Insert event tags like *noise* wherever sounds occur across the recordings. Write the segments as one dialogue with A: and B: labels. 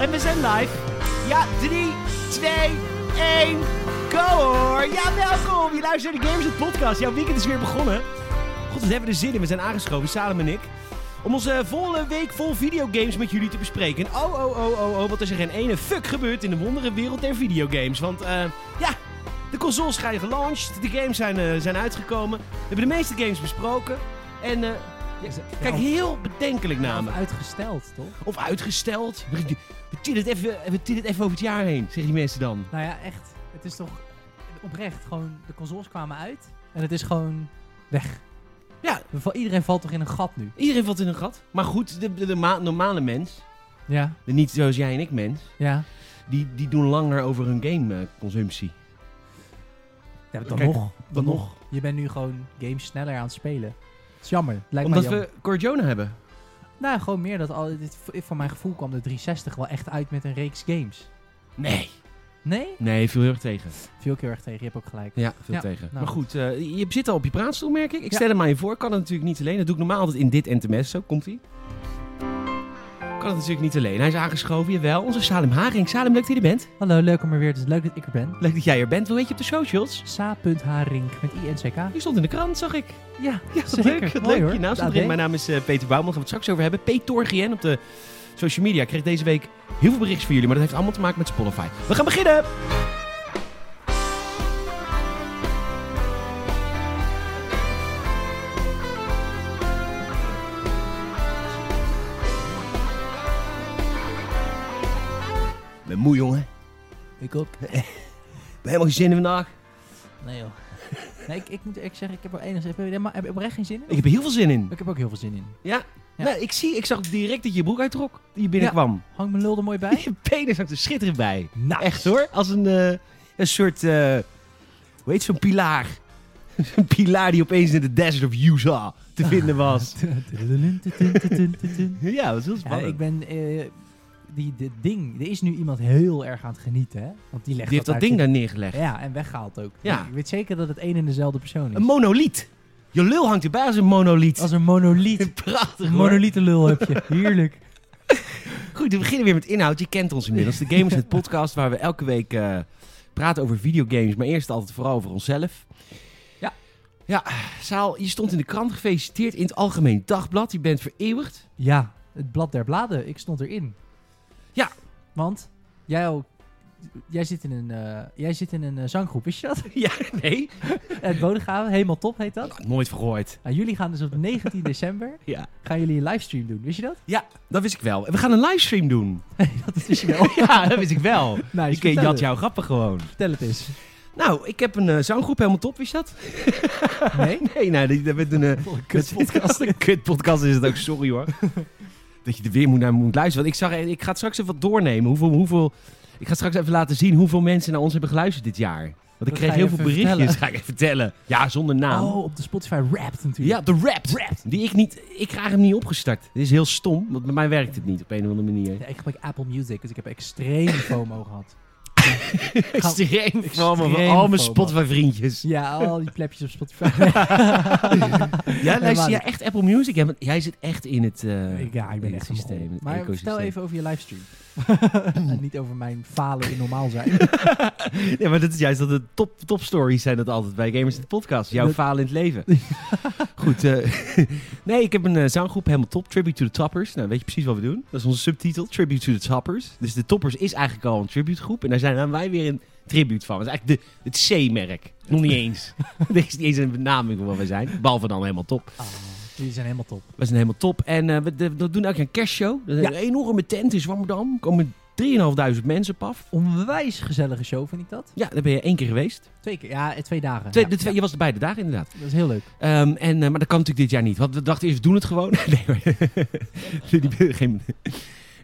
A: En we zijn live. Ja, 3, 2, 1, go hoor. Ja, welkom. Je luistert naar de Gamers Podcast. Jouw weekend is weer begonnen. God, wat hebben we er zin in. We zijn aangeschoven, Salem en ik. Om onze volle week vol videogames met jullie te bespreken. En oh, oh, oh, oh, oh, wat is er geen ene fuck gebeurd in de wonderenwereld der videogames. Want, eh, ja, de consoles zijn gelanceerd. De games zijn, eh, zijn uitgekomen. We hebben de meeste games besproken. En, eh, ja, kijk, heel bedenkelijk namen.
B: Uitgesteld, toch?
A: Of uitgesteld. We tillen het even, we tillen het even over het jaar heen, zeggen die mensen dan.
B: Nou ja, echt. Het is toch oprecht gewoon... De consoles kwamen uit en het is gewoon weg.
A: Ja.
B: We val- Iedereen valt toch in een gat nu?
A: Iedereen valt in een gat. Maar goed, de, de, de ma- normale mens,
B: Ja,
A: de niet zoals jij en ik mens,
B: ja.
A: die, die doen langer over hun eh, gameconsumptie.
B: ja dan
A: Kijk,
B: nog.
A: dan nog.
B: Je bent nu gewoon games sneller aan het spelen. Het is jammer. Het lijkt
A: Omdat
B: me jammer.
A: we Cordiona hebben.
B: Nou, gewoon meer dat al... Dit, voor mijn gevoel kwam de 360 wel echt uit met een reeks games.
A: Nee.
B: Nee?
A: Nee, viel heel erg tegen.
B: Viel ik heel erg tegen. Je hebt ook gelijk.
A: Ja, veel
B: Ja,
A: tegen.
B: nou.
A: Maar goed, eh, je zit al op je praatstoel, merk ik. Ik
B: Ja.
A: stel hem aan je voor. Kan het natuurlijk niet alleen. Dat doe ik normaal altijd in dit NTMS. Zo komt hij. Kan het natuurlijk niet alleen. Hij is aangeschoven, jawel. Onze Salim Haring. Salim, leuk dat je er bent.
B: Hallo, leuk om er weer... Het is leuk dat ik er ben.
A: Leuk dat jij er bent. Hoe heet je op de socials?
B: Sa.haring met INCK.
A: Je stond in de krant, zag ik.
B: Ja,
A: Ja, wat
B: zeker.
A: leuk. Wat leuk.
B: Mooi, hoor. Nou,
A: Je naam staat
B: Het
A: erin.
B: AD.
A: Mijn naam is eh, Peter Bouwman. Gaan we het straks over hebben. Petorgien op de social media. Ik kreeg deze week heel veel berichten van jullie. Maar dat heeft allemaal te maken met Spotify. We gaan beginnen. Ik ben moe, jongen.
B: Ik ook.
A: Ik heb helemaal geen zin in vandaag.
B: Nee joh. Nee, ik, ik moet echt zeggen, ik heb er enigszins... Heb je helemaal- heb je oprecht geen zin in?
A: Ik heb er heel veel zin in.
B: Ik heb ook heel veel zin in. Ja.
A: Nou, ik, zie, ik zag direct dat je je broek uittrok. Die je binnenkwam.
B: Hang mijn lul er mooi bij.
A: *laughs* Je benen zag er schitterend bij.
B: Nou,
A: Echt hoor. Als een, eh, een soort. eh, hoe heet zo'n pilaar? *laughs* een pilaar die opeens in de desert of Utah te vinden was. *laughs* ja, dat is heel
B: Ja,
A: spannend.
B: ik ben... eh, die, dit ding, er is nu iemand heel erg aan het genieten, hè? Want die legt
A: die heeft dat
B: uit
A: ding
B: zijn-
A: daar neergelegd.
B: Ja, en weggehaald ook.
A: Ja.
B: Ik weet zeker dat het één en dezelfde persoon is.
A: Een monoliet. Je lul hangt erbij als een monoliet.
B: Als een monoliet.
A: Prachtig
B: Een
A: hoor.
B: monolietenlul heb je. Heerlijk.
A: Goed, we beginnen weer met inhoud. Je kent ons inmiddels. De Gamers het podcast waar we elke week eh, praten over videogames. Maar eerst altijd vooral over onszelf.
B: Ja.
A: Ja, Saal, je stond in de krant gefeliciteerd in het Algemeen Dagblad. Je bent vereeuwigd.
B: Ja, het blad der bladen. Ik stond erin.
A: Ja.
B: Want jij ook... Jij zit in een, eh, jij zit in een eh, zanggroep, wist je dat?
A: *laughs* Ja, nee.
B: Eh, Het Bodegraven, helemaal top heet dat.
A: Nooit vergooid.
B: Nou, jullie gaan dus op 19 *laughs* december
A: Ja.
B: gaan jullie een livestream doen, wist je dat? *laughs*
A: Dat wist ik wel. We gaan een livestream doen.
B: Dat is je wel.
A: *laughs* ja, dat wist ik wel.
B: nou,
A: Ik
B: vertel
A: jat
B: het.
A: jouw grappen gewoon.
B: Vertel het
A: *laughs*
B: eens.
A: Nou, ik heb een eh, zanggroep helemaal top, wist je dat?
B: Nee?
A: *laughs* Nee, nou, die- dat met een... eh,
B: Wat een
A: met- *laughs* Een kutpodcast is het ook, sorry hoor. *laughs* dat je er weer moet naar moet luisteren. Want ik, zag, ik ga het straks even wat doornemen. Hoeveel, hoeveel, ik ga straks even laten zien hoeveel mensen naar ons hebben geluisterd dit jaar. Want
B: Dat
A: ik kreeg
B: ga je
A: heel veel
B: even
A: berichtjes,
B: vertellen.
A: *laughs* ga ik even vertellen. Ja, zonder naam.
B: Oh, op de Spotify Wrapped natuurlijk.
A: Ja, de rap. Die ik niet... Ik krijg hem niet opgestart. Dit is heel stom, want bij mij werkt het niet op een of andere
B: *laughs*
A: manier.
B: Ja, ik gebruik Apple Music, dus ik
A: *laughs*
B: heb extreem FOMO gehad.
A: Extreem FOMO van
B: Extreem
A: al mijn
B: FOMO.
A: Spotify-vriendjes.
B: Ja, al die plepjes op Spotify.
A: *laughs*
B: *laughs*
A: Ja, luister
B: maar-
A: jij echt Apple Music? Ja, want jij zit echt in het, eh,
B: ja, ik
A: in
B: ben
A: het
B: echt
A: systeem.
B: een systeem.
A: het
B: Maar vertel
A: ecosysteem.
B: even over je
A: *laughs*
B: livestream. en niet over mijn falen in normaal zijn.
A: Nee, maar dat is juist dat de top, top stories zijn dat altijd bij Gamers in de Podcast. Jouw
B: Dat-
A: falen in het
B: *laughs*
A: leven. Goed. eh, *laughs* nee, ik heb een eh, zanggroep helemaal top. Tribute to the Toppers. Nou, weet je precies wat we doen? Dat is onze subtitel. Tribute to the Toppers. Dus de Toppers is eigenlijk al een tributegroep. En daar zijn dan wij weer een tribute van. Dat is eigenlijk de, het C-merk. Nog niet
B: *laughs*
A: eens. Er is niet eens een benaming van wat wij zijn. Behalve dan helemaal top.
B: Ah, jullie zijn helemaal top.
A: We zijn helemaal top. En eh, we, de- we doen elk jaar een kerstshow. Dat is
B: Ja.
A: Een enorme tent in Zwammerdam. Er komen 3.500 mensen op af.
B: Onwijs gezellige show, vind ik dat.
A: Ja, daar ben je één keer geweest.
B: Twee keer, ja, twee dagen.
A: Twee,
B: Ja,
A: de twee, Je was er beide dagen inderdaad.
B: ja, dat is heel leuk.
A: Ehm, en, eh, maar dat kan natuurlijk dit jaar niet. Want we dachten eerst, we doen het gewoon. *laughs* nee, maar, *laughs* Jullie- geen,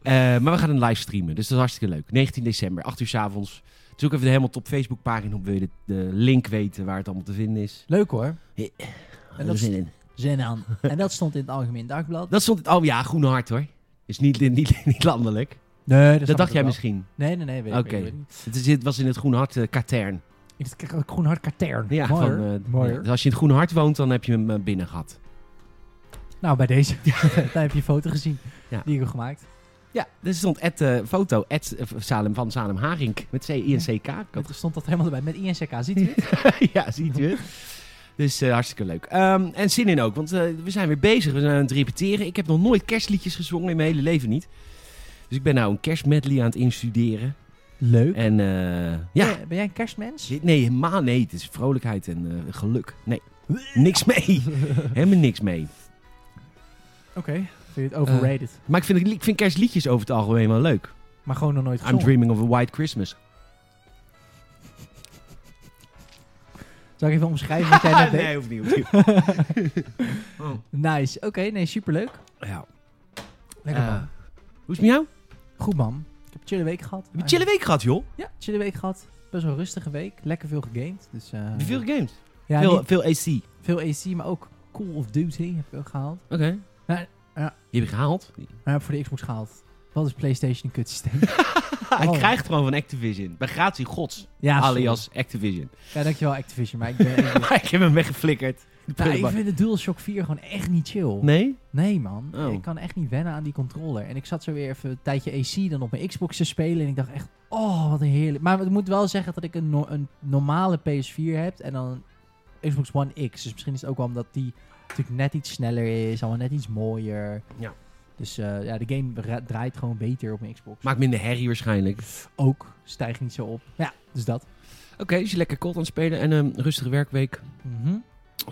A: Eh, maar we gaan een live streamen. Dus dat is hartstikke leuk. 19 december, 8 uur s avonds. Zoek even de helemaal top Facebook pagina op. Wil je de, de link weten waar het allemaal te vinden is.
B: Leuk hoor.
A: En
B: dat
A: dat,
B: is-
A: zin in.
B: Zin aan. En dat stond in het Algemeen
A: *laughs*
B: Dagblad.
A: dat stond... Oh ja, Groene Hart hoor. Is niet, *laughs* niet, niet, niet landelijk.
B: Nee,
A: Dat,
B: snap
A: dacht jij
B: ik wel.
A: misschien.
B: Nee, nee, nee. Weet
A: Oké.
B: ik, weet ik niet.
A: Het, is, het was in het Groene Hart eh katern.
B: Ik vind het groen hart katern.
A: Ja,
B: Mooi
A: van,
B: hoor.
A: eh,
B: Mooi
A: ja,
B: hoor.
A: dus als je in het Groene Hart woont, dan heb je hem eh, binnen gehad.
B: Nou, bij
A: *laughs*
B: deze. *laughs* Daar heb je een foto gezien.
A: Ja.
B: Die ik heb gemaakt.
A: Ja, er stond at, eh, foto at, eh, Salem, van Salem Haring met C-I-N-C-K.
B: Dat stond dat helemaal erbij. Met INCK, ziet
A: *laughs*
B: u het?
A: ja, ziet u het? Dus eh, hartstikke leuk. Ehm, en zin in ook, want eh, we zijn weer bezig. We zijn aan het repeteren. Ik heb nog nooit kerstliedjes gezongen in mijn hele leven niet. Dus ik ben nou een kerstmedley aan het instuderen.
B: Leuk.
A: En eh, ja,
B: Ben, ben jij een kerstmens?
A: nee, helemaal nee. Het is vrolijkheid en eh, geluk. Nee, niks *laughs* mee. Helemaal niks mee.
B: Oké. Vind je het overrated?
A: Maar ik vind, het li- ik vind kerstliedjes over het algemeen wel leuk.
B: maar gewoon nog nooit
A: I'm
B: gezongen.
A: dreaming of a white Christmas.
B: Zal ik even omschrijven wat jij
A: *laughs*
B: net deed?
A: Ah, nee, hoeft niet. hoeft niet. Oh.
B: Nice. Oké, nee, superleuk.
A: Ja.
B: Lekker
A: Eh,
B: man.
A: Hoe is het met jou?
B: Goed man. Ik heb een chille week gehad.
A: Heb je een chille week gehad, joh?
B: Ja, chille week gehad. Best wel een rustige week. Lekker veel gegamed. Dus, eh,
A: Heb je veel games?
B: ja,
A: veel,
B: niet-
A: veel AC. Oké.
B: veel AC, maar ook Call of Duty heb ik ook gehaald. Ja, ja.
A: Die heb je gehaald.
B: Maar heb ik voor de Xbox gehaald. Wat is PlayStation een kutsysteem?
A: *laughs*
B: *laughs*
A: Hij
B: Oh.
A: krijgt gewoon van Activision. Bij gratie gods.
B: ja, sorry.
A: alias Activision.
B: Ja, dankjewel Activision, maar ik
A: *laughs*
B: ben... *laughs* ik ben-
A: ik heb hem weggeflikkerd. De
B: Nou, ik
A: prullenbak.
B: vind de DualShock 4 gewoon echt niet chill.
A: Nee?
B: Nee, man.
A: Oh.
B: Ik kan echt niet wennen aan die controller. En ik zat zo weer even een tijdje AC dan op mijn Xbox te spelen. En ik dacht echt, oh, wat een heerlijk. Maar ik moet wel zeggen dat ik een, no- een normale PS4 heb en dan een Xbox One X. Dus misschien is het ook wel omdat die natuurlijk net iets sneller is, allemaal net iets mooier.
A: Ja.
B: Dus eh, ja, de game dra- draait gewoon beter op mijn Xbox.
A: Maakt minder herrie waarschijnlijk.
B: ook stijgt niet zo op. Ja, dus dat.
A: Oké, dus je lekker kot aan het spelen en een rustige werkweek.
B: Mhm.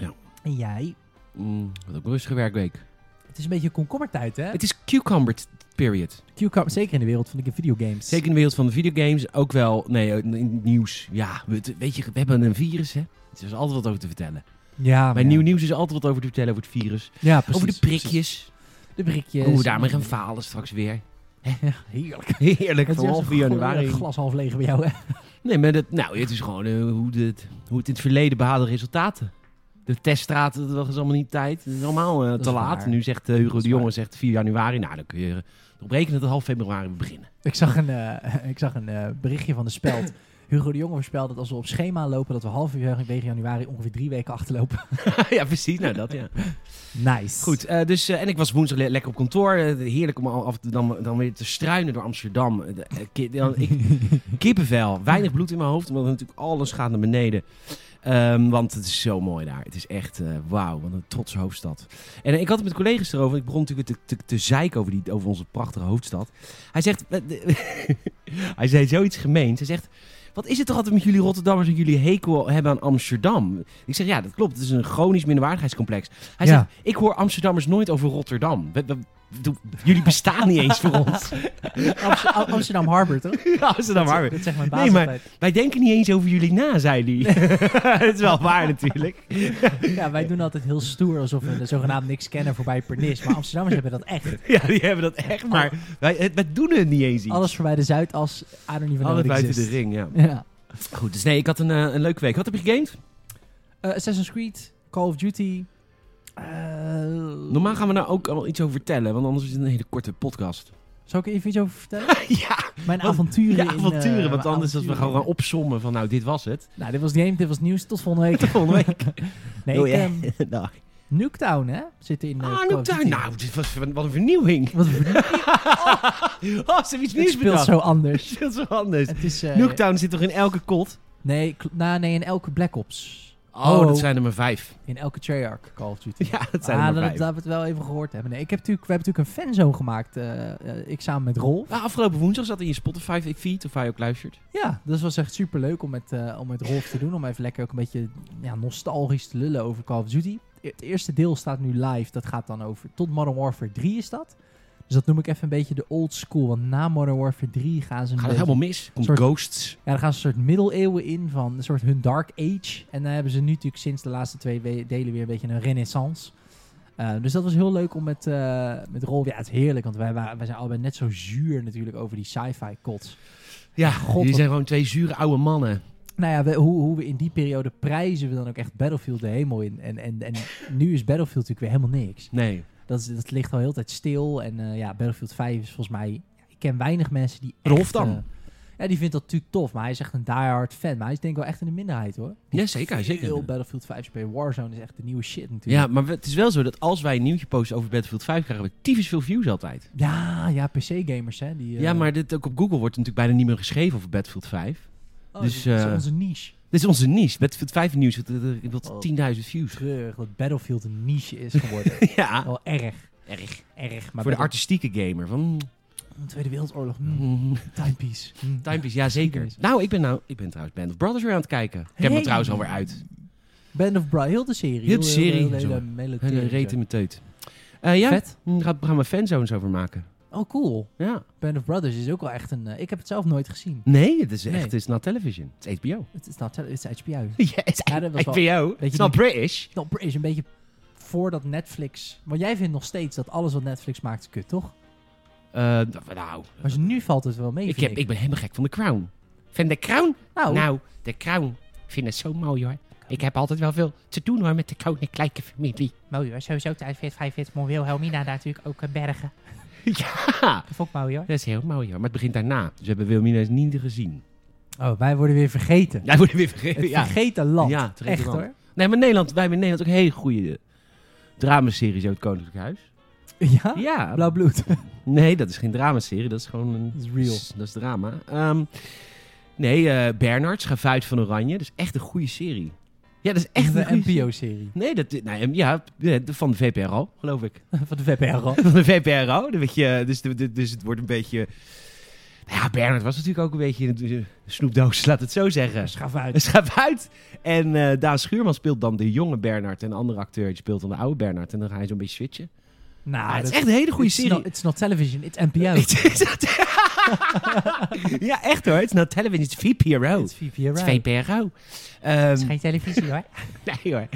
A: Ja.
B: En jij?
A: Mm, wat ook een rustige werkweek.
B: Het is een beetje komkommertijd, hè?
A: Het is cucumber t- period.
B: Cucumber, zeker in de wereld van de videogames.
A: Zeker in de wereld van de videogames. Ook wel, nee, in het nieuws. Ja, we, het- weet je, we hebben een virus, hè. Er is altijd wat over te vertellen.
B: Ja, maar
A: Bij
B: Ah, ja.
A: nieuw nieuws is altijd wat over te vertellen over het virus.
B: Ja, precies.
A: over de prikjes.
B: De prikjes.
A: Hoe we daarmee gaan falen straks weer.
B: Ja, heerlijk.
A: Heerlijk,
B: Het is
A: van
B: echt
A: half
B: een
A: januari.
B: glas- glas half leeg bij jou, hè?
A: Nee, maar dat, nou, het is gewoon eh, hoe, dit, hoe het in het verleden behaalde resultaten. De teststraat, dat was allemaal niet tijd. Het is allemaal eh,
B: is
A: te laat.
B: waar.
A: Nu zegt eh, Hugo
B: Dat
A: de
B: is
A: Jonge
B: waar.
A: zegt 4 januari. Nou, dan kun je nog rekenen dat half februari we beginnen. *laughs*
B: Ik zag een, eh, ik zag een eh, berichtje van de
A: *clears throat*
B: Speld. Hugo de Jonge voorspelde dat als we op schema lopen, dat we halverwege januari ongeveer drie weken achterlopen.
A: ja, precies. Nou, dat ja.
B: Nice.
A: Goed, eh, dus, eh, en ik was woensdag le- lekker op kantoor. Eh, heerlijk om al af, dan, dan weer te struinen door Amsterdam. Eh, de- eh, ki- dan- ik, kippenvel, weinig bloed in mijn hoofd, omdat natuurlijk alles gaat naar beneden. Ehm, want het is zo mooi daar. Het is echt, eh, wauw, wat een trotse hoofdstad. En eh, ik had het met collega's erover. Ik begon natuurlijk te, te, te zeiken over, die, over onze prachtige hoofdstad. Hij zegt, eh, de- *laughs* hij zei zoiets gemeens. Hij zegt, wat is het toch altijd met jullie Rotterdammers en jullie hekel hebben aan Amsterdam? Ik zeg, ja, dat klopt. Het is een chronisch minderwaardigheidscomplex. Hij
B: Ja.
A: zegt, ik hoor Amsterdammers nooit over Rotterdam. We- we- we- jullie bestaan niet eens voor *laughs* ons.
B: Amst- Am- Amsterdam Harbor, toch?
A: Amsterdam, maar weer.
B: Dat zegt mijn baas
A: Nee, maar-
B: altijd.
A: Wij denken niet eens over jullie na, zei hij. *laughs* Het is wel waar natuurlijk.
B: Ja, wij doen altijd heel stoer alsof we zogenaamd niks kennen voorbij Pernis. Maar Amsterdammers hebben dat echt.
A: Ja, die hebben dat echt, maar wij, het- wij doen het niet eens iets.
B: Alles voorbij de Zuidas, I don't even know
A: Alles
B: what
A: buiten de
B: exists.
A: ring, ja.
B: *laughs* Ja.
A: Goed, dus nee, ik had een, eh, een leuke week. Wat heb je gegamed?
B: Eh, Assassin's Creed, Call of Duty. eh,
A: Normaal gaan we daar ook al iets over vertellen, want anders is het een hele korte podcast.
B: Zal ik er even iets over vertellen?
A: *laughs* ja,
B: Mijn
A: Want-
B: avonturen.
A: ja,
B: in, eh,
A: avonturen, want
B: mijn
A: anders dat we
B: avonturen
A: gewoon gaan opsommen van nou, dit was het.
B: Nou, dit was niet één, dit was nieuws. Tot
A: *laughs*
B: volgende week.
A: volgende week.
B: *laughs* nee,
A: Oh,
B: ik,
A: ja.
B: ehm,
A: *laughs* nou.
B: Nuketown, hè? Zit in eh, de
A: Ah, nou, daar- nou, dit was wat een vernieuwing. *laughs*
B: Wat *laughs* een vernieuwing.
A: Oh, ze hebben iets
B: Het
A: nieuws
B: speelt
A: bedacht.
B: zo
A: *laughs*
B: anders.
A: Het speelt zo anders.
B: Het is... eh,
A: Nuketown zit toch in elke kot?
B: Nee, kl- nou, nee, in elke Black Ops.
A: Oh,
B: Oh.
A: dat zijn er maar vijf.
B: In elke Treyarch Call of Duty.
A: *laughs* Ja, dat zijn
B: ah,
A: er
B: dat,
A: maar
B: dat
A: vijf.
B: we het wel even gehoord hebben. Nee, ik heb natuurlijk, we hebben natuurlijk een fanzone gemaakt. eh, eh, ik samen met Rolf.
A: Nou, afgelopen woensdag zat in je Spotify-feed, of waar je ook luistert.
B: Ja, dus was echt super leuk om met, eh, om met Rolf te doen. Om even lekker ook een beetje ja, nostalgisch te lullen over Call of Duty. E- Het eerste deel staat nu live. Dat gaat dan over tot Modern Warfare 3 is dat. Dus dat noem ik even een beetje de old school. Want na Modern Warfare 3 gaan ze
A: Gaat het
B: een beetje-
A: helemaal mis? Komt
B: soort-
A: Ghosts?
B: Ja, dan gaan ze een soort middeleeuwen in van een soort hun dark age. En dan hebben ze nu natuurlijk sinds de laatste twee we- delen weer een beetje een renaissance. Eh, dus dat was heel leuk om met, eh, met Rolf... Ja, het is heerlijk, want wij, wa- wij zijn allebei net zo zuur natuurlijk over die sci-fi kots.
A: Ja,
B: God,
A: jullie
B: wat-
A: zijn gewoon twee zure oude mannen.
B: Nou ja, we- hoe, hoe we in die periode prijzen we dan ook echt Battlefield de hemel in. En, en, en nu is Battlefield natuurlijk weer helemaal niks.
A: Nee.
B: Dat, is, dat ligt al heel de tijd stil. En eh, ja, Battlefield 5 is volgens mij... Ik ken weinig mensen die
A: Rolf
B: echt,
A: dan?
B: eh, Ja, die vindt dat natuurlijk tof, maar hij is echt een diehard fan. Maar hij is denk ik wel echt in de minderheid hoor.
A: Ja, zeker, zeker.
B: Heel Battlefield 5 spelen. Warzone is echt de nieuwe shit
A: Ja,
B: natuurlijk.
A: maar we- het is wel zo dat als wij een nieuwtje posten over Battlefield 5, krijgen we tyfus veel views altijd.
B: Ja, ja, PC-gamers hè. Die, eh,
A: Ja, maar dit, ook op Google wordt natuurlijk bijna niet meer geschreven over Battlefield 5.
B: oh,
A: dus,
B: dit is
A: eh,
B: onze niche.
A: Dit is onze niche. Battlefield 5 nieuws, dat- dat- dat- dat
B: Oh.
A: 10.000 views. *laughs*
B: Treurig dat Battlefield een niche is geworden.
A: Ja,
B: wel Oh, erg,
A: erg.
B: erg. Maar
A: Voor de
B: Battle-
A: artistieke gamer. Van,
B: Tweede Wereldoorlog. Mm.
A: *laughs* mm,
B: Timepiece. Mm.
A: timepiece, ja zeker.
B: Timepiece.
A: Nou ik, ben nou, ik ben trouwens Band of Brothers weer aan het kijken. Ik heb hem
B: Hey.
A: er trouwens alweer uit.
B: Band of Brothers. Heel de serie.
A: Heel de serie,
B: Heel, heel,
A: zo.
B: hele- hele
A: Hele
B: tering,
A: reet
B: zo.
A: in mijn teut. Eh, ja,
B: Vet.
A: Hm, daar gaan we fanzones over maken.
B: Oh, cool.
A: Ja.
B: Band of Brothers is ook wel echt een... eh, ik heb het zelf nooit gezien.
A: Nee, het is echt,
B: Nee.
A: het is not television. Het is HBO.
B: Het is nou, het is HBO.
A: *laughs* Ja, het
B: Ja, dat was wel-
A: HBO.
B: je
A: It's not
B: die-
A: British.
B: Nou, is een beetje voordat Netflix... Want jij vindt nog steeds dat alles wat Netflix maakt is kut, toch?
A: Eh, nou,
B: Maar nu valt het wel mee,
A: ik,
B: vind
A: heb, ik ben helemaal gek van de Crown. Van de Crown?
B: Nou,
A: Nou, de Crown. Ik vind het zo mooi hoor. Ik heb altijd wel veel te doen hoor met de koninklijke familie.
C: Mooi hoor, sowieso thuis 45 Mon Wilhelmina daar natuurlijk ook eh, bergen.
A: *laughs* ja,
C: Dat vond ik mooi hoor.
A: dat is heel mooi hoor. Maar het begint daarna. Dus we hebben Wilhelmina eens niet gezien.
B: oh, wij worden weer vergeten.
A: Jij wordt weer vergeten. *laughs*
B: Het
A: Ja.
B: vergeten land.
A: Ja, het vergeten
B: echt
A: land.
B: hoor.
A: Nee, maar Nederland, wij hebben in Nederland ook hele goede dramaseries uit het Koninklijk Huis.
B: Ja?
A: Ja.
B: Blauw bloed.
A: Nee, dat is geen dramaserie. Dat is gewoon een...
B: Dat is real.
A: Dat is drama. Ehm, nee, eh Bernard, Schavuit van Oranje. Dat is echt een goede serie. Ja, dat is echt een
B: een
A: goede
B: NPO-serie.
A: Nee, dat, nou, ja, ja, de- van de VPRO, geloof ik.
B: *laughs*
A: *laughs*
B: Van de VPRO.
A: Van de VPRO, dan weet je, dus, de- de- dus het wordt een beetje... Nou ja, Bernard was natuurlijk ook een beetje een snoepdoos, laat het zo zeggen.
B: Schaaf uit.
A: Schavuit. En eh, Daan Schuurman speelt dan de jonge Bernard. En de andere acteur die speelt dan de oude Bernard. En dan ga je zo'n beetje switchen.
B: Nou,
A: Ah, het is
B: dat-
A: echt een hele goede
B: it's
A: serie.
B: *laughs* Not, it's not television, it's NPO.
A: Het is dat- *laughs* ja, echt hoor. Het is nou televisie, het is VPRO.
B: It's VPRO.
A: Het is VPRO.
C: Het is
A: Ehm
C: geen televisie hoor.
A: *laughs* nee hoor.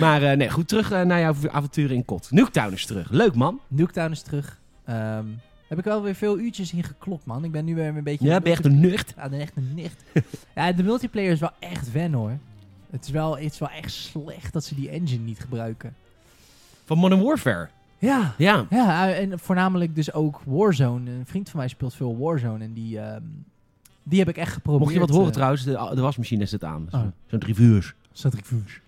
A: Maar eh, nee, goed, terug eh, naar jouw avonturen in Kot. Nuketown is terug. Leuk man.
B: Nuketown is terug. Ehm, heb ik wel weer veel uurtjes in geklopt, man. Ik ben nu weer een beetje...
A: Ja, ben je echt een nucht.
B: Ja, dan echt een nicht. *laughs* ja, de multiplayer is wel echt wen, hoor. Het is, wel, het is wel echt slecht dat ze die engine niet gebruiken.
A: Van Modern Warfare.
B: Ja.
A: Ja.
B: Ja, eh, en voornamelijk dus ook Warzone. Een vriend van mij speelt veel Warzone en die, ehm, die heb ik echt geprobeerd.
A: Mocht je wat horen
B: eh,
A: trouwens, de, de wasmachine zit aan.
B: Oh.
A: Zo'n drie uur.
B: Cedric Vuurs.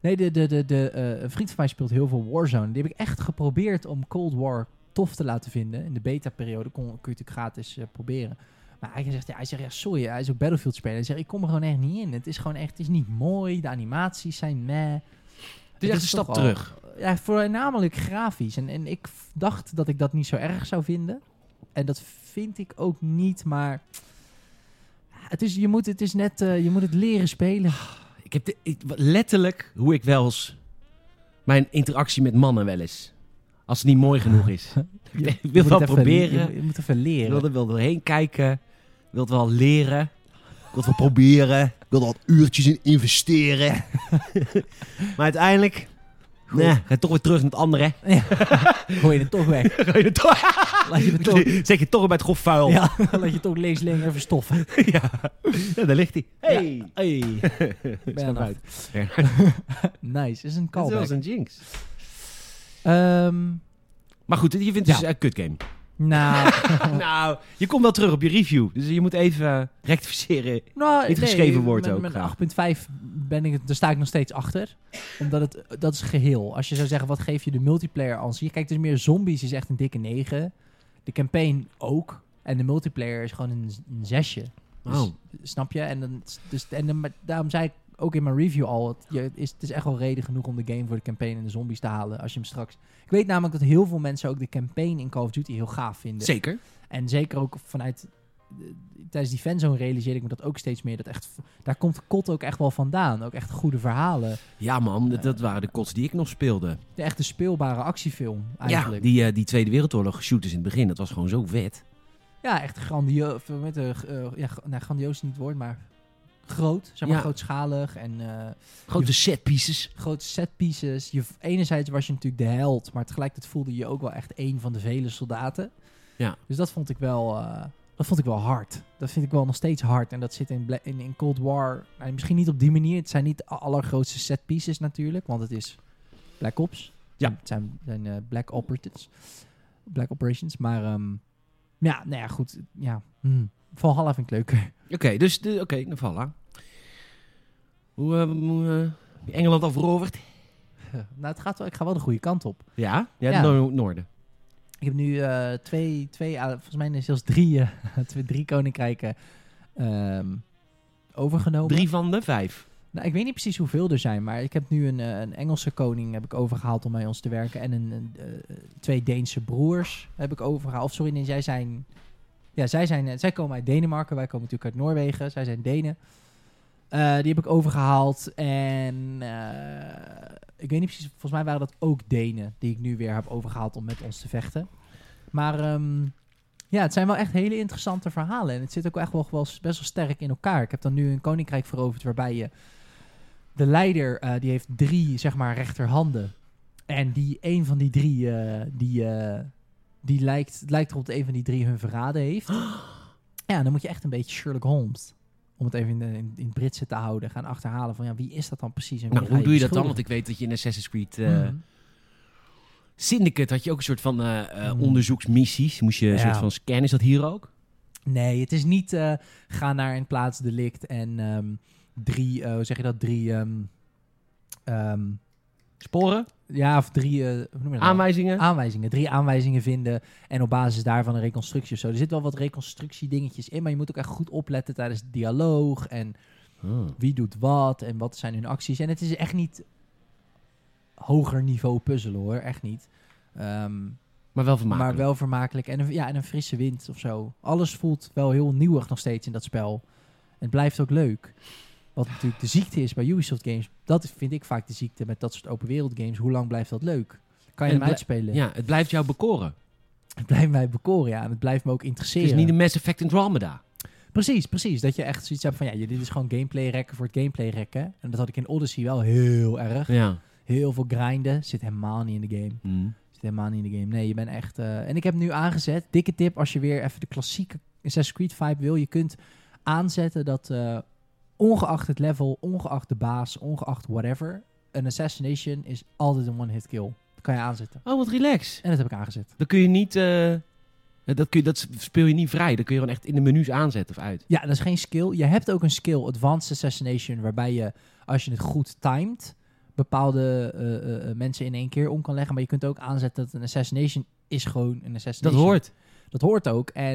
B: Nee, de, de, de, de, eh, een vriend van mij speelt heel veel Warzone. Die heb ik echt geprobeerd om Cold War tof te laten vinden. In de beta-periode kon, kun je het natuurlijk gratis eh, proberen. Maar hij zegt, ja, hij zegt, ja, sorry, hij is ook Battlefield spelen. Hij zegt, ik kom er gewoon echt niet in. Het is gewoon echt, het is niet mooi. De animaties zijn meh.
A: Het is echt een
B: toch
A: stap
B: al-
A: terug.
B: Ja, voornamelijk grafisch. En, en ik f- dacht dat ik dat niet zo erg zou vinden. En dat vind ik ook niet, maar... Het is, je, moet, het is net, eh, je moet het leren spelen.
A: Ik heb de- ik- letterlijk hoe ik wel eens... Mijn interactie met mannen wel eens. Als het niet mooi genoeg *laughs* is.
B: Je
A: Ik wil
B: moet
A: wel
B: het even-
A: proberen.
B: Je, moet- je moet even
A: Ik
B: leren.
A: wilde wel doorheen kijken. Ik wilde wel leren. Ik wilde wel proberen. Ik wilde wat uurtjes in investeren. *laughs* maar uiteindelijk...
B: Goed.
A: Nee, ga je toch weer terug naar het andere.
B: Gooi je het toch
A: *laughs*
B: weg.
A: Ga je er toch...
B: Laat *laughs* je het toch,
A: *laughs* Zet je toch bij het grof vuil.
B: ja, *laughs* laat je het toch leesling even stoffen.
A: Ja, *laughs* daar ligt hij. Hey!
B: *laughs* Hey.
A: Snap uit.
B: *laughs* nice, is een
A: Dat is wel
B: callback.
A: eens een jinx.
B: Ehm,
A: Maar goed, je vindt het
B: Ja.
A: dus een kut *laughs* game.
B: nou,
A: nou, je komt wel terug op je review. Dus je moet even eh, rectificeren.
B: nou,
A: Niet geschreven wordt
B: met,
A: ook
B: Met
A: graag.
B: 8.5 ben ik, het- daar sta ik nog steeds achter. Omdat het, dat is geheel. Als je zou zeggen, wat geef je de multiplayer aan zich? Kijk, het is meer zombies, is echt een dikke 9. De campaign ook. En de multiplayer is gewoon een, een zesje. Dus,
A: Oh.
B: Snap je? En, dan, dus, en dan, maar daarom zei ik ook in mijn review al... Het, je, het is, het is echt wel reden genoeg om de game voor de campaign en de zombies te halen. Als je hem straks... Ik weet namelijk dat heel veel mensen ook de campaign in Call of Duty heel gaaf vinden.
A: Zeker.
B: En zeker ook vanuit... eh, Tijdens die fanzone realiseerde ik me dat ook steeds meer. Dat echt, daar komt kot ook echt wel vandaan. Ook echt goede verhalen.
A: Ja man, dat, dat waren de kots die ik nog speelde.
B: De echte speelbare actiefilm
A: Ja,
B: eigenlijk.
A: die, eh, die Tweede Wereldoorlog shooters in het begin, dat was gewoon zo vet.
B: Ja, echt grandioos. Met, eh, eh, ja, g- nou, grandioos is niet het woord, maar groot. Zeg maar
A: Ja.
B: grootschalig en... eh,
A: Grote set pieces.
B: grote setpieces. Je, enerzijds was je natuurlijk de held, maar tegelijkertijd voelde je je ook wel echt één van de vele soldaten.
A: Ja.
B: Dus dat vond ik wel, eh, dat vond ik wel hard. Dat vind ik wel nog steeds hard. En dat zit in, Bla- in, in Cold War. nou, misschien niet op die manier. Het zijn niet de allergrootste setpieces natuurlijk, want het is Black Ops.
A: Ja.
B: Het zijn, zijn eh, Black Operatives. Black Operations. Maar ehm, Ja, nou ja, goed. Ja. Hm. Valhalla vind ik leuker. *laughs*
A: Oké, dus de, oké, dan vallen. Hoe eh, hoe, eh, Engeland afroverd?
B: nou, het gaat wel, ik ga wel de goede kant op.
A: Ja, ja,
B: Ja.
A: noor- noorden.
B: Ik heb nu eh, twee, twee, ah, volgens mij is het zelfs drie, eh, *laughs* twee, drie koninkrijken ehm, overgenomen.
A: Drie van de vijf.
B: Nou, ik weet niet precies hoeveel er zijn, maar ik heb nu een, eh, een Engelse koning heb ik overgehaald om bij ons te werken. En een, een, eh, twee Deense broers heb ik overgehaald. Of sorry, nee, zij zijn. Ja, zij, zijn, eh, zij komen uit Denemarken. Wij komen natuurlijk uit Noorwegen. Zij zijn Denen. Eh, die heb ik overgehaald. En eh, ik weet niet precies, volgens mij waren dat ook Denen die ik nu weer heb overgehaald om met ons te vechten. Maar ehm, ja, het zijn wel echt hele interessante verhalen. En het zit ook echt wel, wel best wel sterk in elkaar. Ik heb dan nu een koninkrijk veroverd waarbij je de leider eh, die heeft drie, zeg maar, rechterhanden. En die een van die drie, eh, die, eh, die lijkt, het lijkt erop dat een van die drie hun verraden
A: *gasps*
B: heeft. Ja, dan moet je echt een beetje Sherlock Holmes, om het even in, de- in, in het Britse te houden, gaan achterhalen van ja, wie is dat dan precies? En wie
A: Nou,
B: ga
A: hoe doe je dat dan?
B: beschuldigen?
A: Want ik weet dat je in Assassin's Creed eh,
B: Mhm.
A: Syndicate had je ook een soort van eh, eh,
B: Mm.
A: onderzoeksmissies. Moest je een
B: Ja.
A: soort van scannen. Is dat hier ook?
B: Nee, het is niet eh, ga naar een plaatsdelict en ehm, drie, eh, hoe zeg je dat, drie, ehm, ehm,
A: Sporen?
B: ja, of drie, eh, hoe noem je dat?
A: Aanwijzingen?
B: aanwijzingen. Drie aanwijzingen vinden en op basis daarvan een reconstructie of zo. Er zit wel wat reconstructiedingetjes in, maar je moet ook echt goed opletten tijdens het dialoog en
A: Oh.
B: wie doet wat en wat zijn hun acties. En het is echt niet hoger niveau puzzelen hoor, echt niet. Ehm,
A: Maar wel vermakelijk.
B: maar wel vermakelijk. En een, ja, en een frisse wind of zo. Alles voelt wel heel nieuwig nog steeds in dat spel. Het blijft ook leuk. Wat natuurlijk de ziekte is bij Ubisoft games. Dat is- vind ik vaak de ziekte met dat soort open wereld games. Hoe lang blijft dat leuk? Kan je
A: En
B: hem
A: het
B: uitspelen? *laughs*
A: Ja, het blijft jou bekoren.
B: Het blijft mij bekoren, ja. En het blijft me ook
A: Het
B: interesseren.
A: is niet een Mass Effect Andromeda.
B: Precies, precies. Dat je echt zoiets hebt van... Ja, dit is gewoon gameplay rekken voor het gameplay rekken. En dat had ik in Odyssey wel heel erg.
A: Ja.
B: Heel veel grinden. Zit helemaal niet in de game.
A: Mm.
B: Zit helemaal niet in de game. Nee, je bent echt... eh, en ik heb nu aangezet. Dikke tip als je weer even de klassieke Assassin's Creed vibe wil. Je kunt aanzetten dat eh, ongeacht het level, ongeacht de baas, ongeacht whatever... Een assassination is altijd een one-hit kill. Dat kan je aanzetten.
A: Oh, wat relax.
B: En dat heb ik aangezet.
A: Dan kun je niet... eh, dat, kun je, dat speel je niet vrij. Dat kun je gewoon echt in de menus aanzetten of uit.
B: Ja, dat is geen skill. Je hebt ook een skill, Advanced Assassination, waarbij je, als je het goed timed, bepaalde eh, eh, eh, mensen in één keer om kan leggen. Maar je kunt ook aanzetten dat een assassination is gewoon een
A: Dat
B: assassination.
A: hoort.
B: Dat hoort ook. En,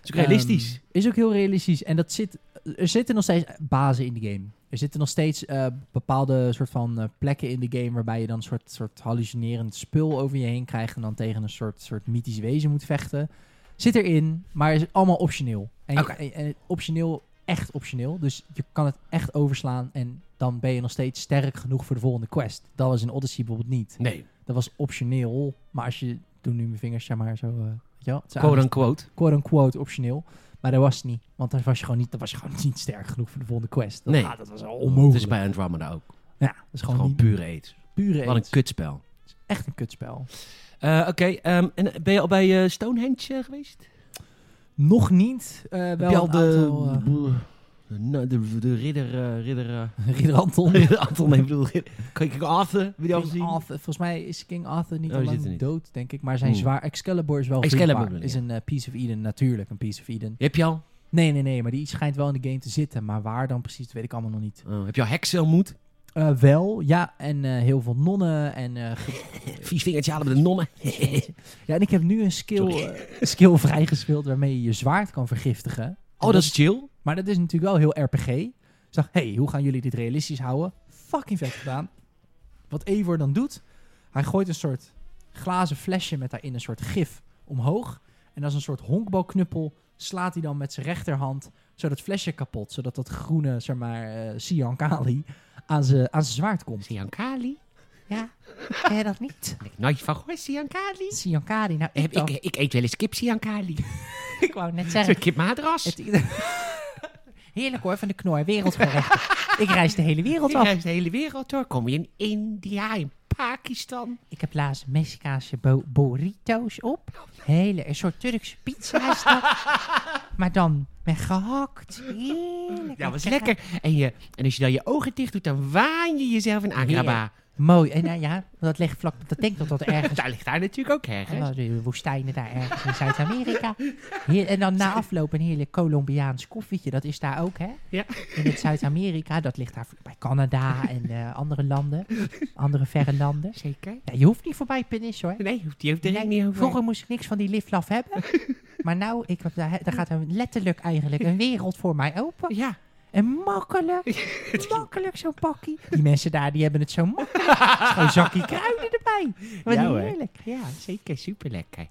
A: Het is ook realistisch.
B: ehm, is ook heel realistisch. En dat zit, er zitten nog steeds bazen in de game. Er zitten nog steeds eh, bepaalde soort van eh, plekken in de game waarbij je dan een soort, soort hallucinerend spul over je heen krijgt en dan tegen een soort, soort mythisch wezen moet vechten. Zit erin, maar is allemaal optioneel. En, je-
A: Oké.
B: en, en optioneel, echt optioneel. Dus je kan het echt overslaan en dan ben je nog steeds sterk genoeg voor de volgende quest. Dat was in Odyssey bijvoorbeeld niet.
A: nee,
B: Dat was optioneel, maar als je, doe nu mijn vingers zeg maar zo, eh, weet je wel, het is
A: quote unquote.
B: quote-unquote optioneel. Maar dat was het niet. Want dan was je gewoon niet, dan was je gewoon niet sterk genoeg voor de volgende quest. Dat,
A: Nee.
B: ah, dat was al
A: Het
B: onmogelijk.
A: is bij Andromeda ook. Het
B: ja, dat is
A: is
B: gewoon,
A: gewoon
B: niet
A: pure aids.
B: pure
A: Wat een
B: aids.
A: kutspel.
B: Het is Echt een kutspel.
A: Eh, Oké, ehm, en ben je al bij eh, Stonehenge eh, geweest?
B: Nog niet. eh, wel
A: Heb je al
B: een
A: de, *laughs*
B: aantal, eh,
A: de, nou, de, de ridder... eh, ridder eh,
B: Ridder Anton.
A: *laughs* ridder Anton, nee, ik bedoel... ridder- Kan ik Arthur? Heb je die al
B: King
A: gezien?
B: Arthur. Volgens mij is King Arthur niet
A: Oh,
B: al
A: die
B: lang
A: zit er niet.
B: dood, denk ik. Maar zijn
A: Hmm.
B: zwaar Excalibur is wel
A: Excalibur
B: vindbaar.
A: bedoel je,
B: Is een eh, Piece of Eden, natuurlijk een Piece of Eden.
A: Heb je al?
B: Nee, nee, nee, maar die schijnt wel in de game te zitten. Maar waar dan precies, dat weet ik allemaal nog niet.
A: Oh, heb je al heksen ontmoet?
B: Eh, wel, ja, en eh, heel veel nonnen en eh,
A: Vies vingertje halen bij de nonnen.
B: *laughs* Ja, en ik heb nu een skill, eh, skill *laughs* vrijgespeeld waarmee je je zwaard kan vergiftigen. En
A: Oh, dat is chill.
B: Maar dat is natuurlijk wel heel RPG. Dus ik dacht, hey, hoe gaan jullie dit realistisch houden? Fucking vet gedaan. Wat Eivor dan doet, hij gooit een soort glazen flesje met daarin een soort gif omhoog. En als een soort honkbalknuppel slaat hij dan met zijn rechterhand zo dat flesje kapot. Zodat dat groene, zeg maar, eh Sian Kali aan zijn aan zijn zwaard komt.
A: Siankali?
C: Ja, ken je dat niet?
A: Nou, je van gehoord, Siankali?
B: Sian Kali, nou
A: Heb
B: ik,
A: ik,
B: dacht-
A: ik eet wel eens kip
B: *laughs*
A: Siankali.
C: Ik wou net
A: Zo'n
C: zeggen.
A: kip madras.
C: Het- *laughs* Heerlijk hoor, van de knor, wereldgerecht. Ik reis de hele wereld
A: Ik
C: af.
A: reis de hele wereld door. Kom je in India, in Pakistan.
C: Ik heb laatst Mexicaanse bo- burritos op. Hele, een soort Turkse pizza is
A: *laughs*
C: dat. Maar dan met gehakt. Heerlijk.
A: Ja, was lekker. En, je, en als je dan je ogen dicht doet, dan waan je jezelf in Agraba.
C: Mooi. En nou ja, dat ligt vlak op de tanktop
A: *laughs*
C: tot ergens.
A: Daar ligt daar natuurlijk ook
C: En
A: ergens.
C: dan de woestijnen daar ergens in Zuid-Amerika. Heer- En dan na afloop een heerlijk Colombiaans koffietje. Dat is daar ook, hè?
A: Ja.
C: In het Zuid-Amerika. Dat ligt daar bij Canada en eh, andere landen. Andere verre landen.
A: Zeker.
C: Ja, je hoeft niet voorbij Penis, hoor.
A: Nee, die heeft er
C: Nee,
A: niet over.
C: Vroeger moest ik niks van die liflaf
A: *laughs*
C: hebben. maar nou, ik, daar, daar gaat er letterlijk eigenlijk een wereld voor mij open.
A: *laughs* Ja.
C: En
A: *laughs*
C: makkelijk, makkelijk zo'n pakkie. Die mensen daar, die hebben het zo makkelijk.
A: *laughs*
C: Zo'n zakje kruiden erbij. Wat
A: Ja, hoor.
C: heerlijk.
A: ja, zeker. Super lekker.